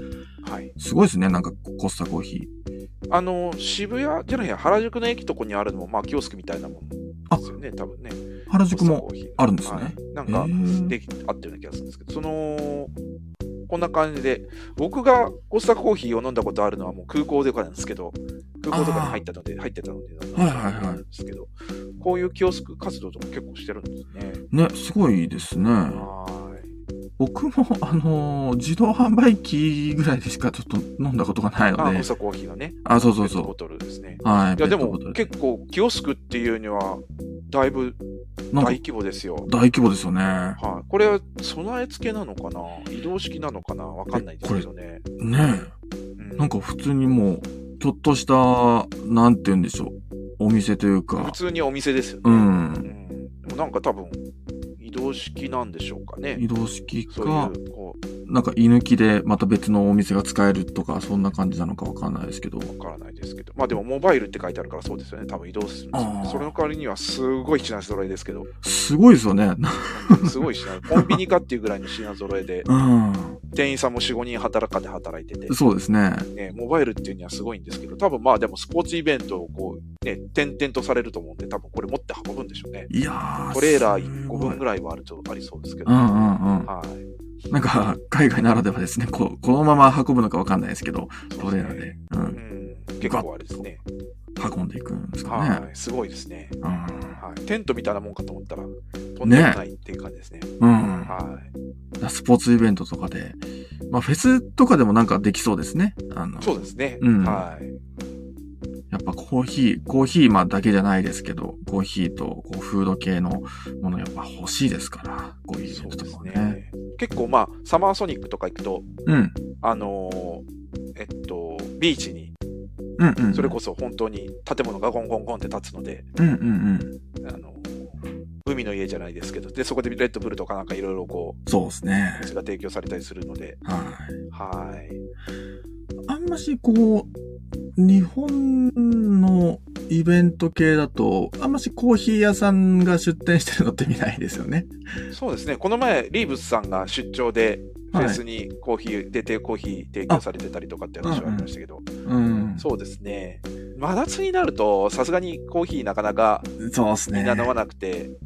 S2: はい、
S1: すごいですね、なんかコスタコーヒー。
S2: あの渋谷じゃないや、原宿の駅とこにあるのも、まあ、キオスクみたいなもんですよね、多分ね。
S1: 原宿も
S2: コスタコーヒー
S1: あるんですね
S2: はいなん
S1: へ
S2: か
S1: ー
S2: できあったような気がするんですけど、そのこんな感じで、僕がコスタコーヒーを飲んだことあるのはもう空港でかなんですけど、空港とかに入ったので、入ってたので、
S1: はいはいはい
S2: なんですけど、こういうキオスク活動とか結構してるんですね。
S1: ね、すごいですね。
S2: はーい。
S1: 僕も、あのー自動販売機ぐらいでしかちょっと飲んだことがないの
S2: あ、
S1: で
S2: コス。タコーヒーのね、
S1: あ、そうそう
S2: ペッ
S1: そ
S2: トボトルですね。
S1: う。はい。
S2: い
S1: ペ
S2: や、で
S1: ットボ
S2: も
S1: トル
S2: 結構、キオスクっていうには、だいぶ
S1: な
S2: 大
S1: んか
S2: 規模ですよ。
S1: 大規模ですよね。
S2: はい、これは備え付けなのかな移動式なのかなわかんないですけどね。
S1: ね
S2: う
S1: え。なんか普通にもう、ちょっとした、なんて言うんでしょう。お店という
S2: 普
S1: か。
S2: 通にお店ですよね。
S1: う。
S2: うんんでもなんか多分移動式なんでしょうかね
S1: 移。動式
S2: そう
S1: か、
S2: いうこ
S1: なんか居抜きでまた別のお店が使えるとか、そんな感じなのかわかんないですけど。
S2: うわからないですけど、まあでもモバイルって書いてあるからそうですよね。多分移動するんですよ
S1: あ
S2: ね
S1: ー。
S2: それの代わりにはすごい品揃えです けど、
S1: すごいですよね。、
S2: すごい品揃え、コンビニかっていうぐらいの品揃えで
S1: うん。
S2: 店員さんも4、5人働かで働いてて、
S1: そうですね。
S2: ね、モバイルっていうにはすごいんですけど、多分まあでもスポーツイベントをこうね、点々とされると思うんで、多分これ持って運ぶんでしょうね。
S1: いやー。
S2: トレーラー1個分
S1: ら
S2: ぐらいはあるとありそうですけど。
S1: うんう
S2: は
S1: んうん。
S2: い。
S1: なんか、海外ならではですね、こうこのまま運ぶのかわかんないですけど、
S2: そう
S1: ト
S2: で
S1: レーラ
S2: す
S1: ー
S2: ね
S1: で、うん、
S2: うん、結構あれですね。
S1: 運んでいくんですか
S2: は
S1: ね。
S2: い、すごいですね、
S1: う
S2: はい。テントみたいなもんかと思ったら、とんでもないっていう感じですね。
S1: ん。うん。
S2: はい、
S1: スポーツイベントとかで、まあフェスとかでもなんかできそうですね。あの、
S2: そうですね。
S1: うん
S2: はい。
S1: やっぱコーヒー、コーヒーまあだけじゃないですけど、コーヒーとこうフード系のものやっぱ欲しいですから、こういうイベ
S2: そ
S1: ン
S2: う
S1: ト
S2: で
S1: とか
S2: す
S1: もね。
S2: ね。結構まあ、サマーソニックとか行くと、
S1: うん。
S2: あのーえっと、ビーチに、
S1: うんうん。
S2: それこそ本当に建物がゴンゴンゴンって立つので、
S1: うんうんうん。
S2: あのー海の家じゃないですけど、で、そこでレッドブルとかなんかいろいろこう、
S1: そうですね
S2: お。店が提供されたりするので、
S1: はい。
S2: はい。
S1: あんましこう、日本のイベント系だと、あんましコーヒー屋さんが出店してるのって見ないですよね。
S2: そうですね、この前、リーブスさんが出張で、フ
S1: はい
S2: ェスにコーヒー、出てコーヒー提供されてたりとかって話はありましたけど、
S1: うん。
S2: そうですね、真夏になると、さすがにコーヒーなかなか
S1: そうですね。
S2: みんな飲まなくて、
S1: う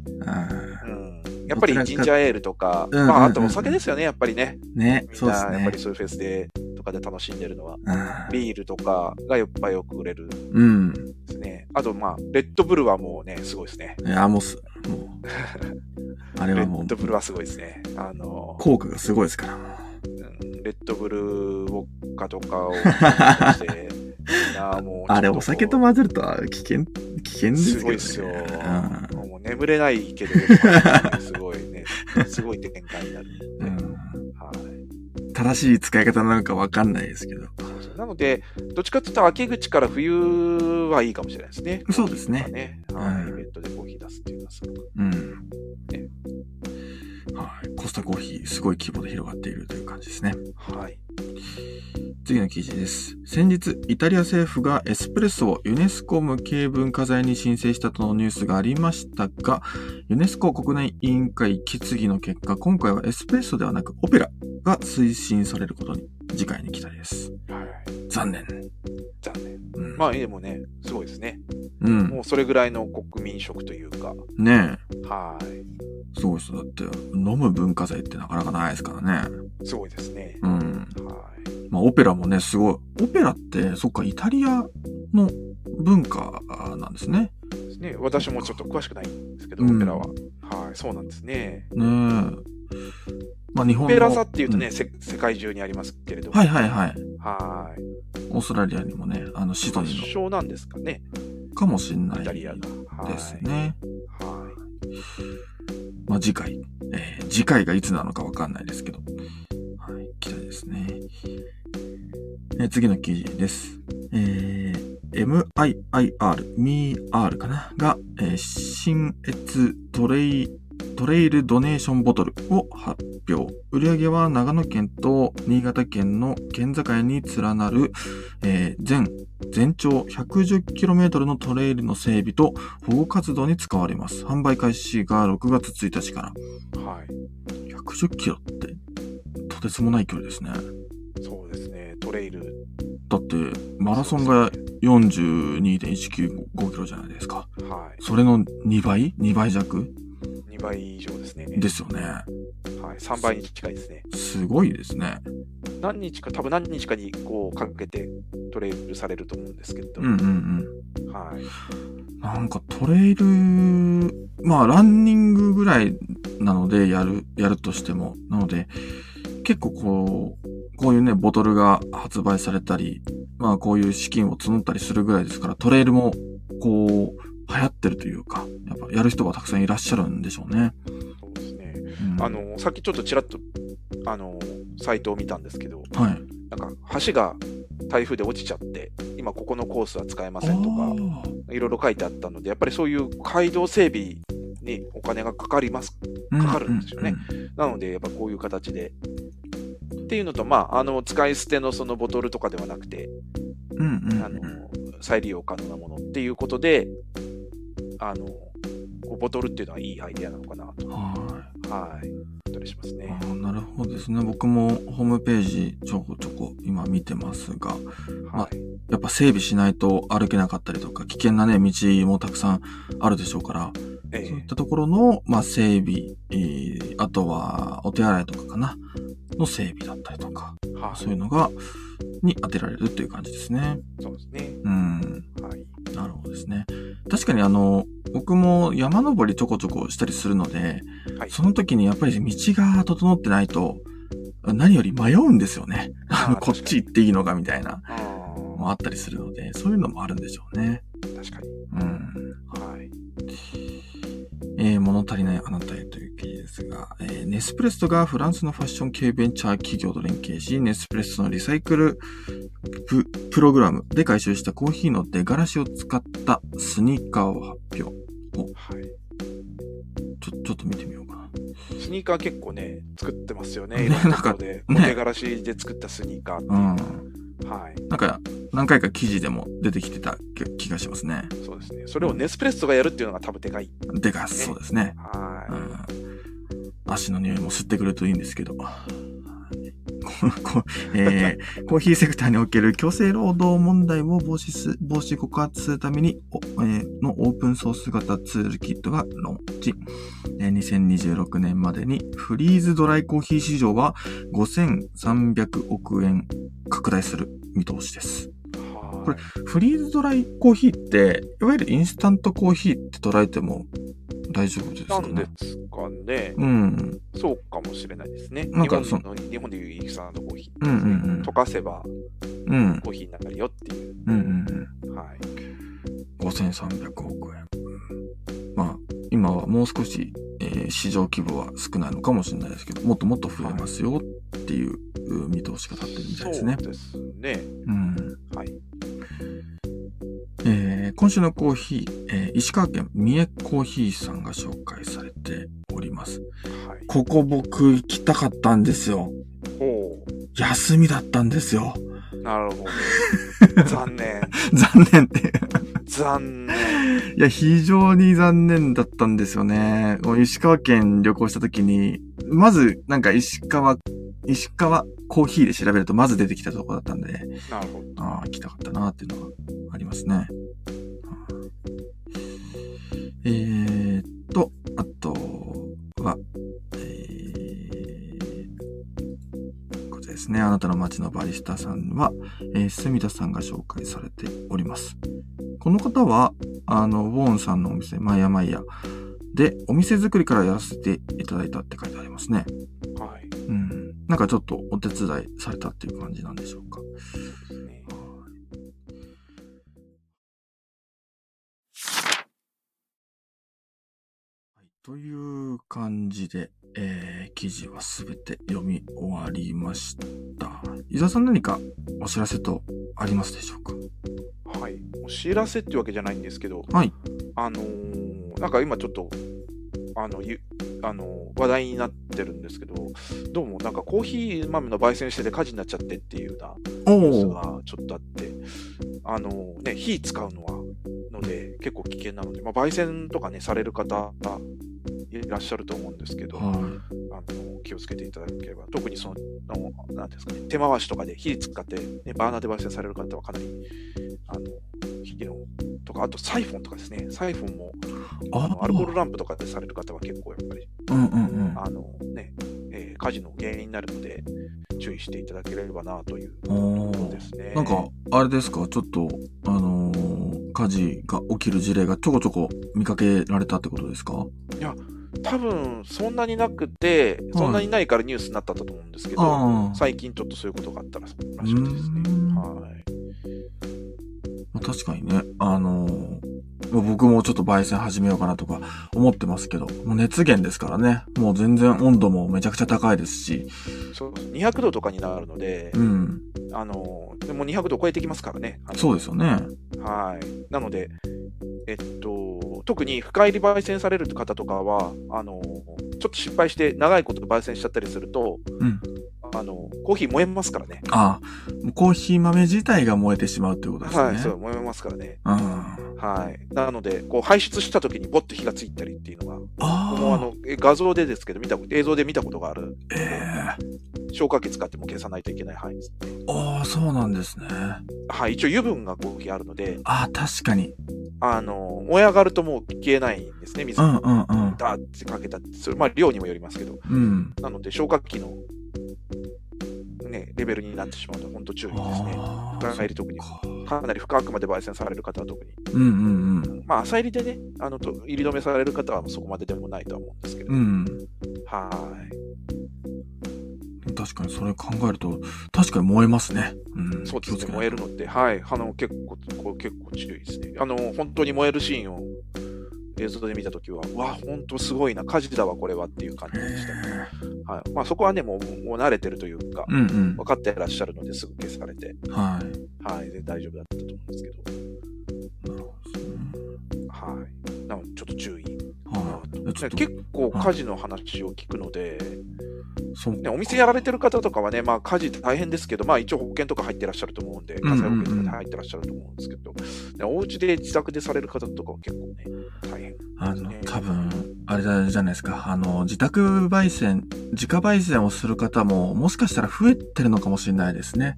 S2: うん、やっぱり
S1: どちらか
S2: ジンジャーエールとか、
S1: うん
S2: まあ、
S1: うん
S2: あとお酒ですよね、やっぱりね、
S1: んね、
S2: みん
S1: そう
S2: な
S1: です
S2: やっぱ
S1: ね
S2: り。そういうフェスでとかで楽しんでるのは。
S1: う
S2: ビールとかがやっぱよく売れるで
S1: ん。うん
S2: すね。あと、まあ、レッドブルはもうね、すごいですね。
S1: いや、もうす、も う、あれ
S2: レ
S1: はも
S2: ッド
S1: う、
S2: ブルはすごいですね。あの、
S1: 効果がすごいですから、もう
S2: うんレッドブルウォッカと かをして、みんなもうちょっとこう
S1: あれ、お酒と混ぜると危険、危険ですすけど
S2: ごい
S1: ね。
S2: ですよ。
S1: うん
S2: もうね、眠れないけど、 すごいね、すごい展開になる、
S1: う
S2: ね
S1: ん。
S2: はい
S1: 正しい使い方なのかわかんないですけど。
S2: そうそうなので、どっちかというと、秋口から冬はいいかもしれないですね。
S1: そうですね
S2: コーヒーとかねはい、
S1: うん
S2: イベントでコーヒー出すっていうのはすごく
S1: うん
S2: ね。
S1: はい。コスタコーヒー、すごい規模で広がっているという感じですね。
S2: はい。
S1: 次の記事です。先日、イタリア政府がエスプレッソをユネスコ無形文化財に申請したとのニュースがありましたが、ユネスコ国内委員会決議の結果、今回はエスプレッソではなくオペラが推進されることに次回に期待です。
S2: はい。
S1: 残念。
S2: 残念。
S1: うん、
S2: まあ、でもね、すごいですね。
S1: うん。
S2: もうそれぐらいの国民食というか、
S1: ね
S2: はい。
S1: え。すごい人だって、飲む文化財ってなかなかないですからね。
S2: すごいですね。
S1: うん。
S2: はい。
S1: まあ、オペラもね、すごい。オペラって、そっか、イタリアの文化なんですね。
S2: ですね。私もちょっと詳しくないんですけど、
S1: うん
S2: オペラは。はい。そうなんですね。
S1: ねえ。まあ、日本の。
S2: オペラ座っていうとね、
S1: ん
S2: せ世界中にありますけれども、
S1: はいはいはい。
S2: はい。
S1: オーストラリアにもね、あの、シドニ
S2: 発
S1: ー
S2: 祥なんですかね、
S1: のかもしんな
S2: イ
S1: い
S2: タリア
S1: で
S2: が。
S1: すね。
S2: はい。は
S1: まあ、次回。えー次回がいつなのかわかんないですけど。はい、期待ですね。えー次の記事です。えー MIIR、MIR かなが、えー新越トレイ、トレイルドネーションボトルを発表。売上は長野県と新潟県の県境に連なる、えー全、全長 110km のトレイルの整備と保護活動に使われます。販売開始が6月1日から。
S2: い。はい。
S1: 110キロって、とてつもない距離ですね。
S2: そうですね。トレイル。
S1: だって、マラソンが42.195キロじゃないですか。
S2: はい。
S1: それの2倍 ?2 倍弱
S2: 2倍以上ですね。
S1: ですよね。
S2: はい。3倍に近いですね。
S1: すごいですね。
S2: 何日か、多分何日かにこうかけてトレイルされると思うんですけ
S1: う
S2: ど、
S1: んうんうん。
S2: はい。
S1: なんかトレイル、まあランニングぐらいなのでやる、やるとしても。なので、結構こう、こういうね、ボトルが発売されたり、まあこういう資金を募ったりするぐらいですから、トレイルもこう、流行ってるというか、やっぱやる人がたくさんいらっしゃるんでしょうね。
S2: そうですね。
S1: うん
S2: あ、の、さっきちょっとちらっと、あの、サイトを見たんですけど、
S1: はい。
S2: なんか橋が台風で落ちちゃって、今ここのコースは使えま
S1: あ
S2: せんとか、いろいろ書いてあったので、やっぱりそういう街道整備にお金がかかります。
S1: ー
S2: かかるんですよね。
S1: う
S2: なので、やっぱこういう形で。っていうのと、まあ、あの、使い捨てのそのボトルとかではなくて、
S1: うんうんうん
S2: あの、再利用可能なものっていうことで、あの、こうボトルっていうのはいいアイデアなのかなと、
S1: はい。
S2: はい、思ったりしますね
S1: あ。ーなるほどですね。僕もホームページちょこちょこ今見てますが、
S2: はい。
S1: やっぱ整備しないと歩けなかったりとか、危険なね、道もたくさんあるでしょうから、
S2: え
S1: そういっ
S2: え
S1: たところの、まあ、整備、えーあとはお手洗いとかかな、の整備だったりとか、
S2: はい
S1: そういうのが、に当てられるっていう感じですね。
S2: そうですね。
S1: うん。
S2: はい。
S1: なるほどですね。確かにあの、僕も山登りちょこちょこしたりするので、
S2: はい
S1: その時にやっぱり道が整ってないと、何より迷うんですよね。
S2: あー
S1: あ のこっち行っていいのかみたいな、
S2: あー
S1: もあったりするので、そういうのもあるんでしょうね。
S2: 確かに。
S1: うん。
S2: はい。
S1: えー物足りないあなたへという記事ですが、えーネスプレッソがフランスのファッション系ベンチャー企業と連携し、ネスプレッソのリサイクルププログラムで回収したコーヒーの出がらしを使ったスニーカーを発表。
S2: はい。
S1: ちょ、ちょっと見てみようかな。
S2: スニーカー結構ね、作ってますよ
S1: ね
S2: ね。いろんなところで。お
S1: なんかね
S2: 手柄しで作ったスニーカーっていうう。
S1: ん。
S2: はい。
S1: なんか、何回か記事でも出てきてた気気がしますね。
S2: そうですね。それをネスプレッソがやるっていうのが多分でかい。
S1: でかそうですね。うん。
S2: は
S1: 足の匂いも吸ってくれるといいんですけど。こ こえーコーヒーセクターにおける強制労働問題を防止す、防止告発するために、おえーのオープンソース型ツールキットがローンチ。えー2026年までにフリーズドライコーヒー市場は5300億円拡大する見通しです。
S2: い。は
S1: これフリーズドライコーヒーって、いわゆるインスタントコーヒーって捉えても大丈夫です
S2: な
S1: か
S2: んで
S1: ね。
S2: すかね。
S1: うん。
S2: そうかもしれないですね。
S1: なんか
S2: 日本の日本でいうインスタントコーヒー、
S1: うんうんうん
S2: 溶かせば
S1: うん。
S2: コーヒーになるよっていう。
S1: うんうんうん。
S2: はい。
S1: 5300億円。まあ、今はもう少し、えー市場規模は少ないのかもしれないですけど、もっともっと増えますよっていううん見通しが立ってるみたいですね。
S2: そうですね。
S1: うん
S2: はい。
S1: えー今週のコーヒー、えー石川県三重コーヒーさんが紹介されております。
S2: はい。
S1: ここ僕行きたかったんですよ。
S2: ほ
S1: 休みだったんですよ。
S2: う。なる ほど。残念。
S1: 残念って。
S2: 残念。
S1: いや、非常に残念だったんですよね。こう石川県旅行した時に、まず、なんか石川、石川コーヒーで調べるとまず出てきたとこだったんで、
S2: なるほど。
S1: ああ、来たかったなっていうのがありますね。えー、っと、あとは、えーこちらですね。あなたの街のバリスタさんは、えー、住田さんが紹介されております。この方は、あの、ウォーンさんのお店、マイヤマイヤで、お店作りからやらせていただいたって書いてありますね。
S2: はい。
S1: うん。なんかちょっとお手伝いされたっていう感じなんでしょうか。
S2: ね
S1: はい、という感じで、えー記事はすべて読み終わりました。伊沢さん何かお知らせとありますでしょうか
S2: はい。お知らせってわけじゃないんですけど、
S1: はい。
S2: あのーなんか今ちょっと、あの、ゆあのー話題になってるんですけど、どうもなんかコーヒー豆の焙煎してて火事になっちゃってっていうようなニュース
S1: おお
S2: がちょっとあって、あのーね、火使うのは、ので、結構危険なので、まあ、焙煎とかね、される方がいらっしゃると思うんですけど、
S1: は
S2: あの気をつけていただければ、特にその、のなんていうんですかね、手回しとかで火使って、ね、バーナーで焙煎される方はかなり、あの、火の、とか、あとサイフォンとかですね、サイフォンも、
S1: い。
S2: あのアルコール
S1: だ。
S2: ランプとかでされる方は結構やっぱり、
S1: うんうんうん。
S2: あのね、えー火事の原因になるので、注意していただければなというと
S1: おー
S2: ころですね。
S1: なんか、あれですかちょっと、あのー火事が起きる事例がちょこちょこ見かけられたってことですか
S2: 多分そんなになくて、そんなにないからニュースになったと思うんですけど、
S1: ああ
S2: 最近ちょっとそういうことがあったらそうらしくてですね
S1: うー。ん
S2: はい
S1: まあ確かにね、あのーまあ僕もちょっと焙煎始めようかなとか思ってますけど、もう熱源ですからね、もう全然温度もめちゃくちゃ高いですし、
S2: そう200度とかになるので、
S1: うん、
S2: あのでも200度超えてきますからね。あの
S1: そうですよね。
S2: はいなので、えっと、特に深入り焙煎される方とかはあの、ちょっと失敗して長いこと焙煎しちゃったりすると、
S1: うん
S2: あのコーヒー燃えますからね。
S1: ああ、コーヒー豆自体が燃えてしまうということですね。
S2: はい、そう燃えますからね。
S1: あ
S2: はい、なので、こう排出した時にぼって火がついたりっていうのが、
S1: あ
S2: もうあのえ画像でですけど見た、映像で見たことがある、
S1: ええ
S2: 消火器使っても消さないといけない範囲ですね。
S1: ああ、そうなんですね。
S2: はい、一応油分がコーヒーあるので、
S1: ああ、確かに。
S2: あの燃え上がるともう消えないんですね、水
S1: う
S2: が
S1: んうんうん。
S2: ダーってかけたってそれ、まあ、量にもよりますけど、
S1: うん。
S2: なので、消火器の、ね、レベルになってしまうので、本当注意ですね。
S1: ああ、
S2: 深入り特に、
S1: そっか
S2: かなり深くまで焙煎される方は特に、
S1: うんうんうん。
S2: まあ、浅入りでね、あのと入り止めされる方はそこまででもないとは思うんですけど、
S1: うん。
S2: は
S1: 確かにそれ考えると、確かに燃えますね。う
S2: ー
S1: ん。
S2: い、そうです
S1: 気をつけな
S2: ね、
S1: いと
S2: 燃えるのって、はい、あの結構こう結構注意ですね。あの本当に燃えるシーンを映像で見たときは、うわ、本当すごいな、火事だわ、これはっていう感じでした。
S1: へ
S2: はいまあ、そこはねもう、もう慣れてるというか
S1: え、うん
S2: 分かってらっしゃるのですぐ消されて、
S1: うん。はい。
S2: はい、で大丈夫だったと思うんですけど、
S1: なるほどですね。
S2: はい、なのでちょっと注意かな
S1: はい
S2: と、
S1: いや。ちょっと、
S2: 結構火事の話を聞くので、
S1: そう
S2: ね、お店やられてる方とかはね、まあ、火事大変ですけど、まあ、一応保険とか入ってらっしゃると思うんで、
S1: んうん
S2: 火災保険とかで入ってらっしゃると思うんですけど、ねお家で自宅でされる方とかは結構ね、大変。
S1: あの、多分、あれじゃないですか。あの、自宅焙煎、自家焙煎をする方も、もしかしたら増えてるのかもしれないですね。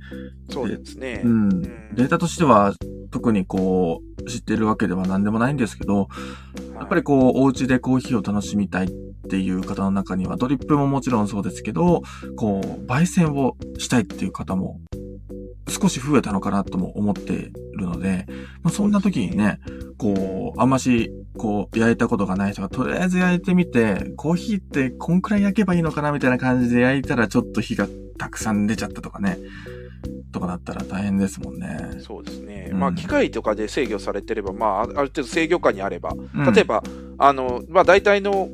S2: そうですね。
S1: う。
S2: うんん
S1: データとしては、特にこう、知ってるわけでは何でもないんですけど、やっぱりこう、お家でコーヒーを楽しみたいっていう方の中には、ドリップももちろんそうですけど、こう、焙煎をしたいっていう方も、少し増えたのかなとも思っているので、まあ、そんな時にね、こう、あんまし、こう、焼いたことがない人が、とりあえず焼いてみて、コーヒーってこんくらい焼けばいいのかなみたいな感じで焼いたら、ちょっと火がたくさん出ちゃったとかね、とかなったら大変ですもんね。
S2: そうですね、
S1: うん
S2: まあ、機械とかで制御されてれば、まあ、あある程度制御下にあれば、
S1: うん
S2: 例え、ば、あのまあ、大体の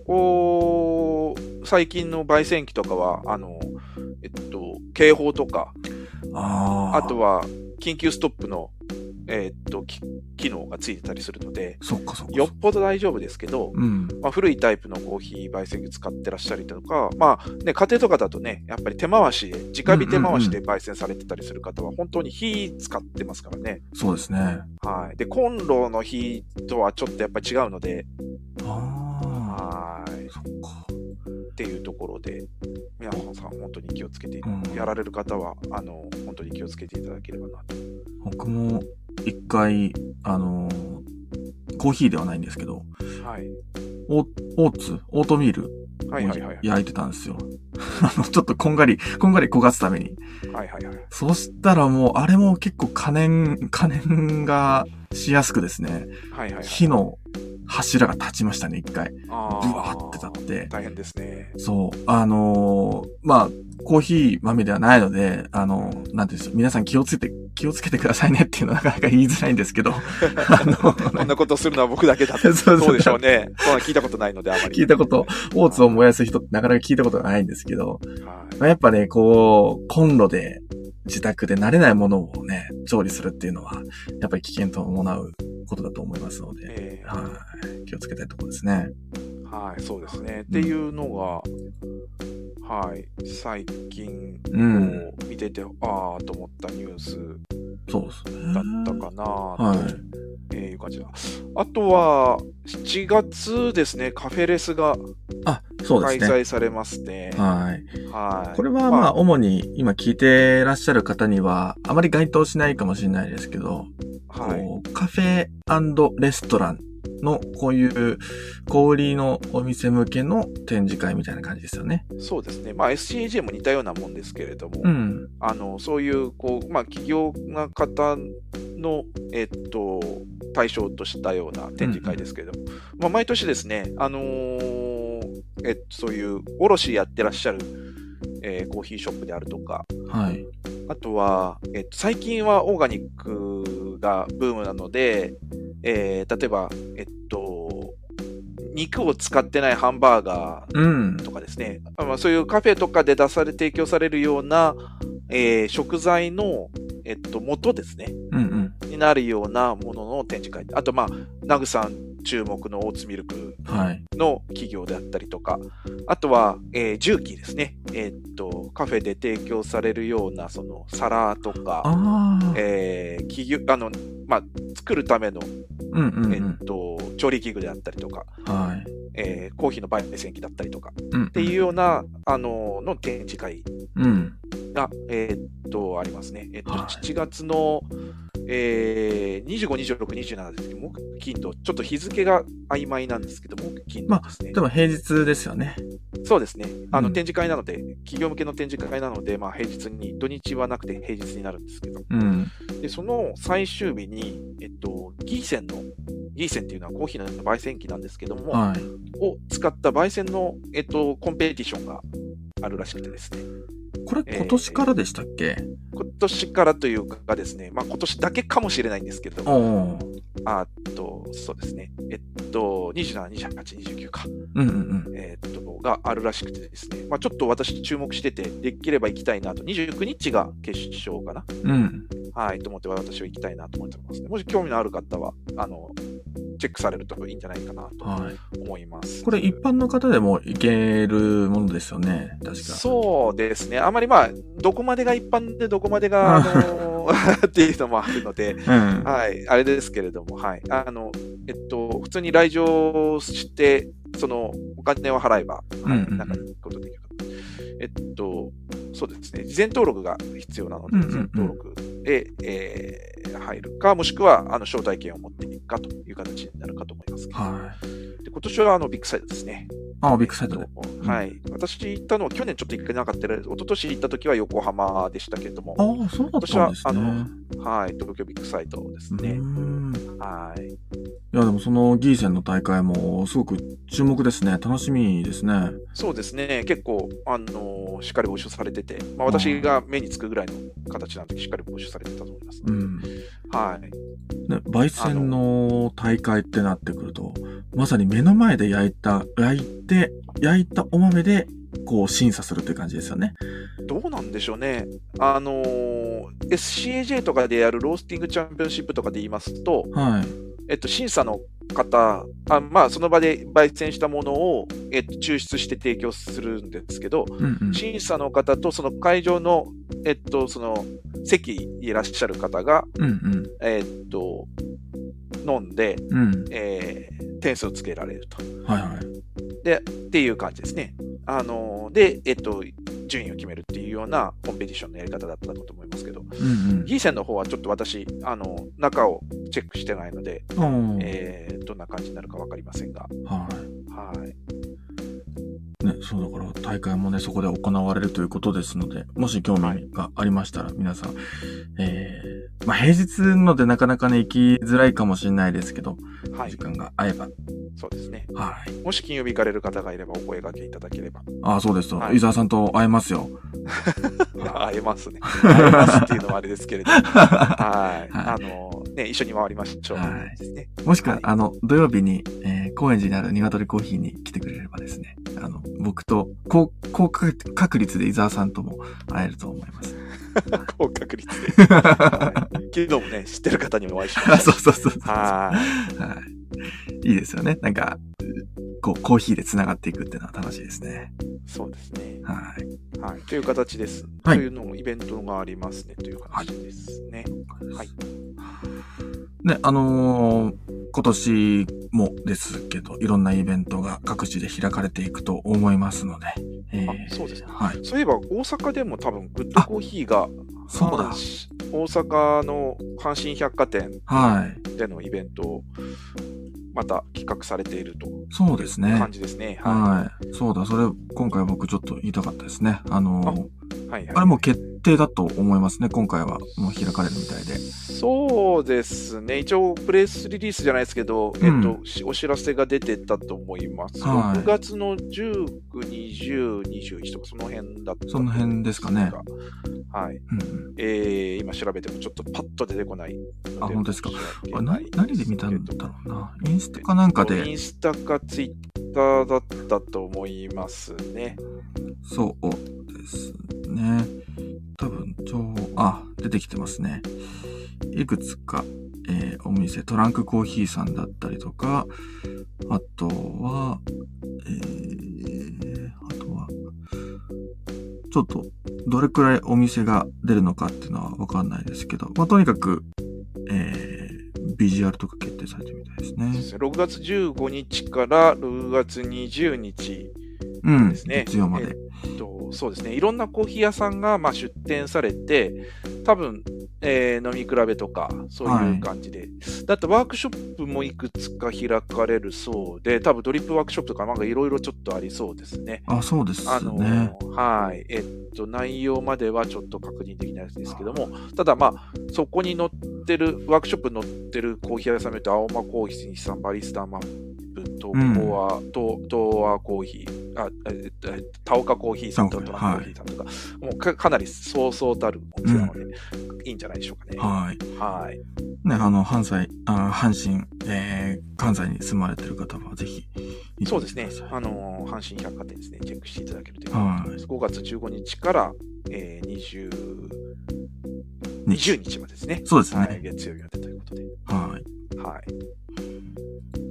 S2: こう最近の焙煎機とかはあの、えっと、警報とか、
S1: あ
S2: あ
S1: あ
S2: とは緊急ストップの、えっとき機能がついてたりするので、
S1: そっかそっか。
S2: よっぽど大丈夫ですけど、
S1: うん。
S2: まあ、古いタイプのコーヒー焙煎機使ってらっしゃるとか、まあね、家庭とかだとね、やっぱり手回しで、直火手回しで焙煎されてたりする方は、本当に火使ってますからね。
S1: そうですね。
S2: はい。で、コンロの火とはちょっとやっぱり違うので、
S1: ああ。
S2: はい。
S1: そっか。
S2: っていうところで、皆さん本当に気をつけて、
S1: うん
S2: やられる方は、あの、本当に気をつけていただければなと。
S1: 僕も一回、あのコーヒーではないんですけど、
S2: はい。
S1: オーオーツ、オートミールを
S2: はいはいはい。
S1: 焼いてたんですよ。 あの、ちょっとこんがり、こんがり焦がすために。
S2: はいはいはい。
S1: そしたらもう、あれも結構可燃、可燃がしやすくですね、
S2: はいはいはい。
S1: 火の柱が立ちましたね、一回。
S2: ブ
S1: ブワーって立って。
S2: 大変ですね。
S1: そう。あのーまあ、コーヒー豆ではないので、あのーなんていうんですか、皆さん気をつけて、気をつけてくださいねっていうのはなかなか言いづらいんですけど、 あ
S2: こん
S1: の、
S2: なことするのは僕だけだと。
S1: そうそう
S2: そうでしょうね。そんな聞いたことないので、あまり。
S1: 聞いたことオーツを燃やす人ってなかなか聞いたことがないんですけど、
S2: はい。
S1: まあ、やっぱね、こう、コンロで自宅で慣れないものをね、調理するっていうのは、やっぱり危険と伴うことだと思いますので、
S2: えー
S1: はい。気をつけたいところですね。
S2: はい、そうですね。っていうのが、はい、最近
S1: うん。
S2: こう見てて、ああと思ったニュース
S1: そうですね。
S2: だったかな
S1: は
S2: と
S1: い。
S2: えーいう感じだ。あとは、7月ですね、カフェレスが
S1: あ、そう
S2: 開
S1: ですね。
S2: 催されますね。
S1: はい。
S2: はい。
S1: これはまあ、主に今聞いてらっしゃる方には、あまり該当しないかもしれないですけど、
S2: あはい。
S1: こうカフェレストランのこういう小売りのお店向けの展示会みたいな感じですよね。
S2: そうですね。まあ、SCAJ も似たようなもんですけれども、
S1: うん。
S2: あの、そういう、こう、まあ、企業な方の、えっと、対象としたような展示会ですけれども、まあ、毎年ですね、あのーえっと、そういう、卸やってらっしゃる、えーコーヒーショップであるとか、
S1: はい。
S2: あとは、えっと、最近はオーガニックがブームなので、えー例えば、えっと、肉を使ってないハンバーガー
S1: うん。
S2: とかですね、まあ、そういうカフェとかで出され、提供されるような、えー食材の、えっと、元ですね、
S1: うんうん。
S2: になるようなものの展示会。あと、まあ、ナグさん注目のオーツミルク
S1: はい。
S2: の企業であったりとか、あとは、えー重機ですね、えっと、カフェで提供されるような、その、皿とか、
S1: ああ。
S2: えー企業、あの、まあ、作るための、
S1: うんうん
S2: え
S1: うん
S2: っ。と、調理器具であったりとか、
S1: はい。
S2: えーコーヒーの焙煎機だったりとか、っ
S1: うん。って
S2: いうような、あの、の展示会
S1: うん。
S2: が、えーっと、ありますね。えっと、
S1: はい
S2: 7月の、えー、25、26、27ですけど、木、金土、ちょっと日付が曖昧なんですけど、木、金土ですね。
S1: でも平日ですよね。
S2: そうですね。あの、
S1: うん
S2: 展示会なので、企業向けの展示会なので、まあ、平日に、土日はなくて平日になるんですけど、
S1: うん。
S2: で、その最終日に、えっと、ギーセンの、ギーセンっていうのはコーヒーの焙煎機なんですけども、
S1: はい。
S2: を使った焙煎の、えっと、コンペティションがあるらしくてですね。
S1: これ今年からでしたっけ、
S2: 今年からというかですね、まあ、今年だけかもしれないんですけど、
S1: おー
S2: あと、そうですね、えっと、27、28、29か、
S1: うんうん
S2: えっと、があるらしくてですね、まあ、ちょっと私注目してて、できれば行きたいなと、29日が決勝かな、
S1: うん。うん。
S2: はい、と思って私は行きたいなと思ってますね。もし興味のある方は、あの、チェックされるといいんじゃないかなと
S1: はい。
S2: 思います。
S1: これ一般の方でもいけるものですよね。確か。
S2: そうですね。あまりまあ、どこまでが一般でどこまでが、あの っていうのもあるので、
S1: うん。
S2: はい、あれですけれども、はい。あの、えっと、普通に来場して、その、お金を払えば、は
S1: うんうんう
S2: い、
S1: ん
S2: なんか、ことできるかとえっと、そうですね。事前登録が必要なの
S1: う
S2: で、
S1: んうんうん
S2: 事前登録で、えー入るか、もしくは、あの、招待券を持っていくかという形になるかと思いますけど。
S1: はい。
S2: で今年は、あの、ビッグサイトですね。
S1: あ、ビッグサイトで。
S2: えっと
S1: うん
S2: はい。私行ったのは、去年ちょっと行けなかったけど、一昨年行った時は横浜でしたけれども、
S1: ああ、そうだったんです
S2: 今
S1: ね
S2: 年は。はい、東京ビッグサイトです
S1: う
S2: ね。
S1: ーん
S2: はい。
S1: いや、でもそのギーセンの大会もすごく注目ですね。楽しみですね。
S2: そうですね、結構、あのーしっかり募集されてて、まあ、私が目につくぐらいの形なんで、しっかり募集されてたと思います。
S1: うん。
S2: はい、
S1: ね、焙煎の大会ってなってくると、まさに目の前で焼いた、焼いて、焼いたお豆で、こう審査するという感じですよね。
S2: どうなんでしょうね、あのー SCAJ とかでやるロースティングチャンピオンシップとかで言いますと、
S1: はい。
S2: えっと、審査の方、あまあ、その場で焙煎したものを、えっと、抽出して提供するんですけど、
S1: うんうん。
S2: 審査の方とその会場の、えっと、その席にいらっしゃる方が、
S1: うん
S2: えっと、飲んで、
S1: うん。うん。
S2: えー点数をつけられると。
S1: はいはい。
S2: っていう感じですね。あので、えっと、順位を決めるっていうようなコンペティションのやり方だったと思いますけど、
S1: うん
S2: ギーセンの方はちょっと私、あの中をチェックしてないので、
S1: うん。あ
S2: えーどんな感じになるか分かりませんが、
S1: あ。はい。
S2: はい。
S1: ね、そうだから大会もね、そこで行われるということですので、もし興味がありましたら、皆さん、えー、まあ平日のでなかなかね、行きづらいかもしれないですけど、
S2: はい
S1: 時、間が合えば、
S2: そうですね。
S1: はい。
S2: もし金曜日行かれる方がいればお声掛けいただけれ ば、
S1: ああ、そうですと、
S2: はい
S1: 伊沢さんと会えます よ。
S2: 会えます ね。会えますっていうのはあれですけれども、はい。あのね、一緒に回りましょう。
S1: はい
S2: ですね。
S1: もしくは、
S2: はい
S1: あの、土曜日に、えー、高円寺にある鶏コーヒーに来てくれればですね、あの、僕と、高、高確率で伊沢さんとも会えると思い ます。
S2: 高確率で。はい昨日もね、知ってる方にもお会いしま
S1: あ
S2: し
S1: そうそうそうそう。
S2: た。はい。
S1: はい。いいですよね。なんか、こう、コーヒーで繋がっていくっていうのは楽しいですね。
S2: そうですね。
S1: はい。
S2: はい。という形です。
S1: はい
S2: というのもイベントがありますね。という形ですね。はい。
S1: ね、あのー今年もですけど、いろんなイベントが各地で開かれていくと思いますので、え
S2: あそうですね
S1: はい。
S2: そういえば、大阪でも多分、グッドコーヒーが、
S1: そうだ
S2: 阪。神大阪の阪神百貨店
S1: はい。
S2: でのイベントを、また企画されていると
S1: そうですね。
S2: 感じですね。
S1: はい。そうだ、それ、今回僕ちょっと言いたかったですね。あのー
S2: い。はい、はい。
S1: あれもう決定だと思いますね。今回はもう開かれるみたいで。
S2: そうですね。一応、プレスリリースじゃないですけど、
S1: うん
S2: えっと、しお知らせが出てたと思います。
S1: はい
S2: 6月の19、20、21とか、その辺だった
S1: その辺ですかね。
S2: はい。
S1: うんうん。
S2: えー、今調べてもちょっとパッと出てこないの
S1: あ本当ですか
S2: 申し
S1: あ
S2: 訳
S1: れ
S2: ない
S1: 何、何で見たん
S2: ですけ
S1: だ
S2: ど
S1: ろうな。インスタかなんか
S2: イ
S1: で、
S2: ンスタかツイッターだったと思いますね。
S1: そうですね。多分、ちょう、あ、出てきてますね。いくつか、えーお店、トランクコーヒーさんだったりとか、あとは、えー、あとは、ちょっと、どれくらいお店が出るのかっていうのはわかんないですけど、まあ、とにかく、えー、ビジュアルとか決定されてるみたいですね。
S2: 6月15日から6月20日
S1: うん、
S2: ですね
S1: 月曜まで。
S2: と、そうですね、いろんなコーヒー屋さんがまあ出店されて、多分、えー飲み比べとか、そういう感じで、だってワークショップもいくつか開かれるそうで、多分ドリップワークショップとか、なんかいろいろちょっとありそうですね。
S1: あ、そうですね。
S2: あのはい。えっと、内容まではちょっと確認できないですけども、ただまあ、そこに載ってる、ワークショップに載ってるコーヒー屋さん見ると、青間コーヒーさん、バリスタマップ、東ア、東東亜コーヒー、あ、えっと、えっと田岡コーヒーさんと
S1: 田
S2: ト
S1: 岡
S2: ランコーヒーさんとか、もうかかなりそうそうたるお店なので、いいんじゃないでしょうかね。
S1: はい。
S2: はい。
S1: ね、あの、関西、あ阪神、えー、関西に住まれてる方はぜひ、見て
S2: そう
S1: み
S2: で
S1: て
S2: す
S1: ください。
S2: ねあのー阪神百貨店ですね、チェックしていただけるということで
S1: はい。
S2: 5月15日から、えー、20 20日までですね。
S1: そうです
S2: はい、
S1: ね。
S2: 月曜日までということで。
S1: はい。
S2: はい。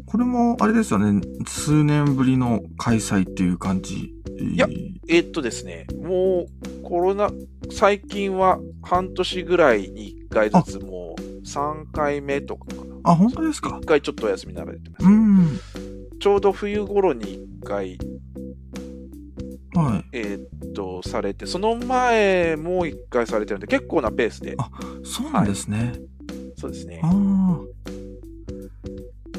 S1: これも、あれですよね、数年ぶりの開催っていう感じ。い
S2: やえーっとですね、もうコロナ、最近は半年ぐらいに1回ずつ、もう3回目とかかな。
S1: あ、本当ですか
S2: 1回ちょっとお休みになられてます。
S1: うん。
S2: ちょうど冬頃に1回、
S1: はい。
S2: えーっと、されて、その前も1回されてるんで、結構なペースで
S1: あ、そうなんですね。
S2: そうですね
S1: あ。あ。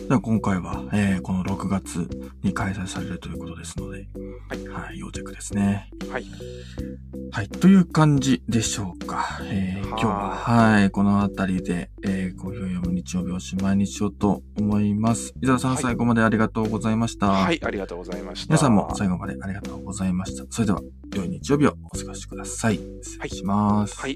S1: では今回は、えーこの6月に開催されるということですので、
S2: はい
S1: はい、要チェックですね。
S2: はい。
S1: はい、という感じでしょうか。えー
S2: はーい
S1: 今日は、はい、このあたりで、えー、好評読む日曜日おしまいにしようと思います。伊沢さん、
S2: はい
S1: 最後までありがとうございました。
S2: はい、ありがとうございました。
S1: 皆さんも最後までありがとうございました。それでは、良い日曜日をお過ごしください。失礼します。
S2: はい。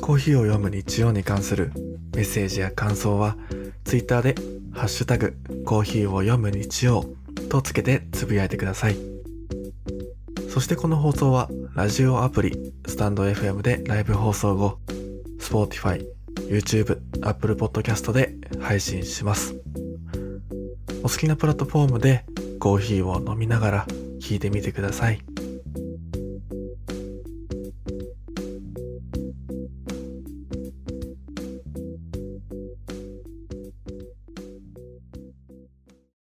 S3: コーヒーを読む日曜に関するメッセージや感想は、ツイッターで、ハッシュタグ、コーヒーを読む日曜とつけてつぶやいてください。そしてこの放送は、ラジオアプリ、スタンド FM でライブ放送後、Spotify、YouTube、Apple Podcast で配信します。お好きなプラットフォームでコーヒーを飲みながら聞いてみてください。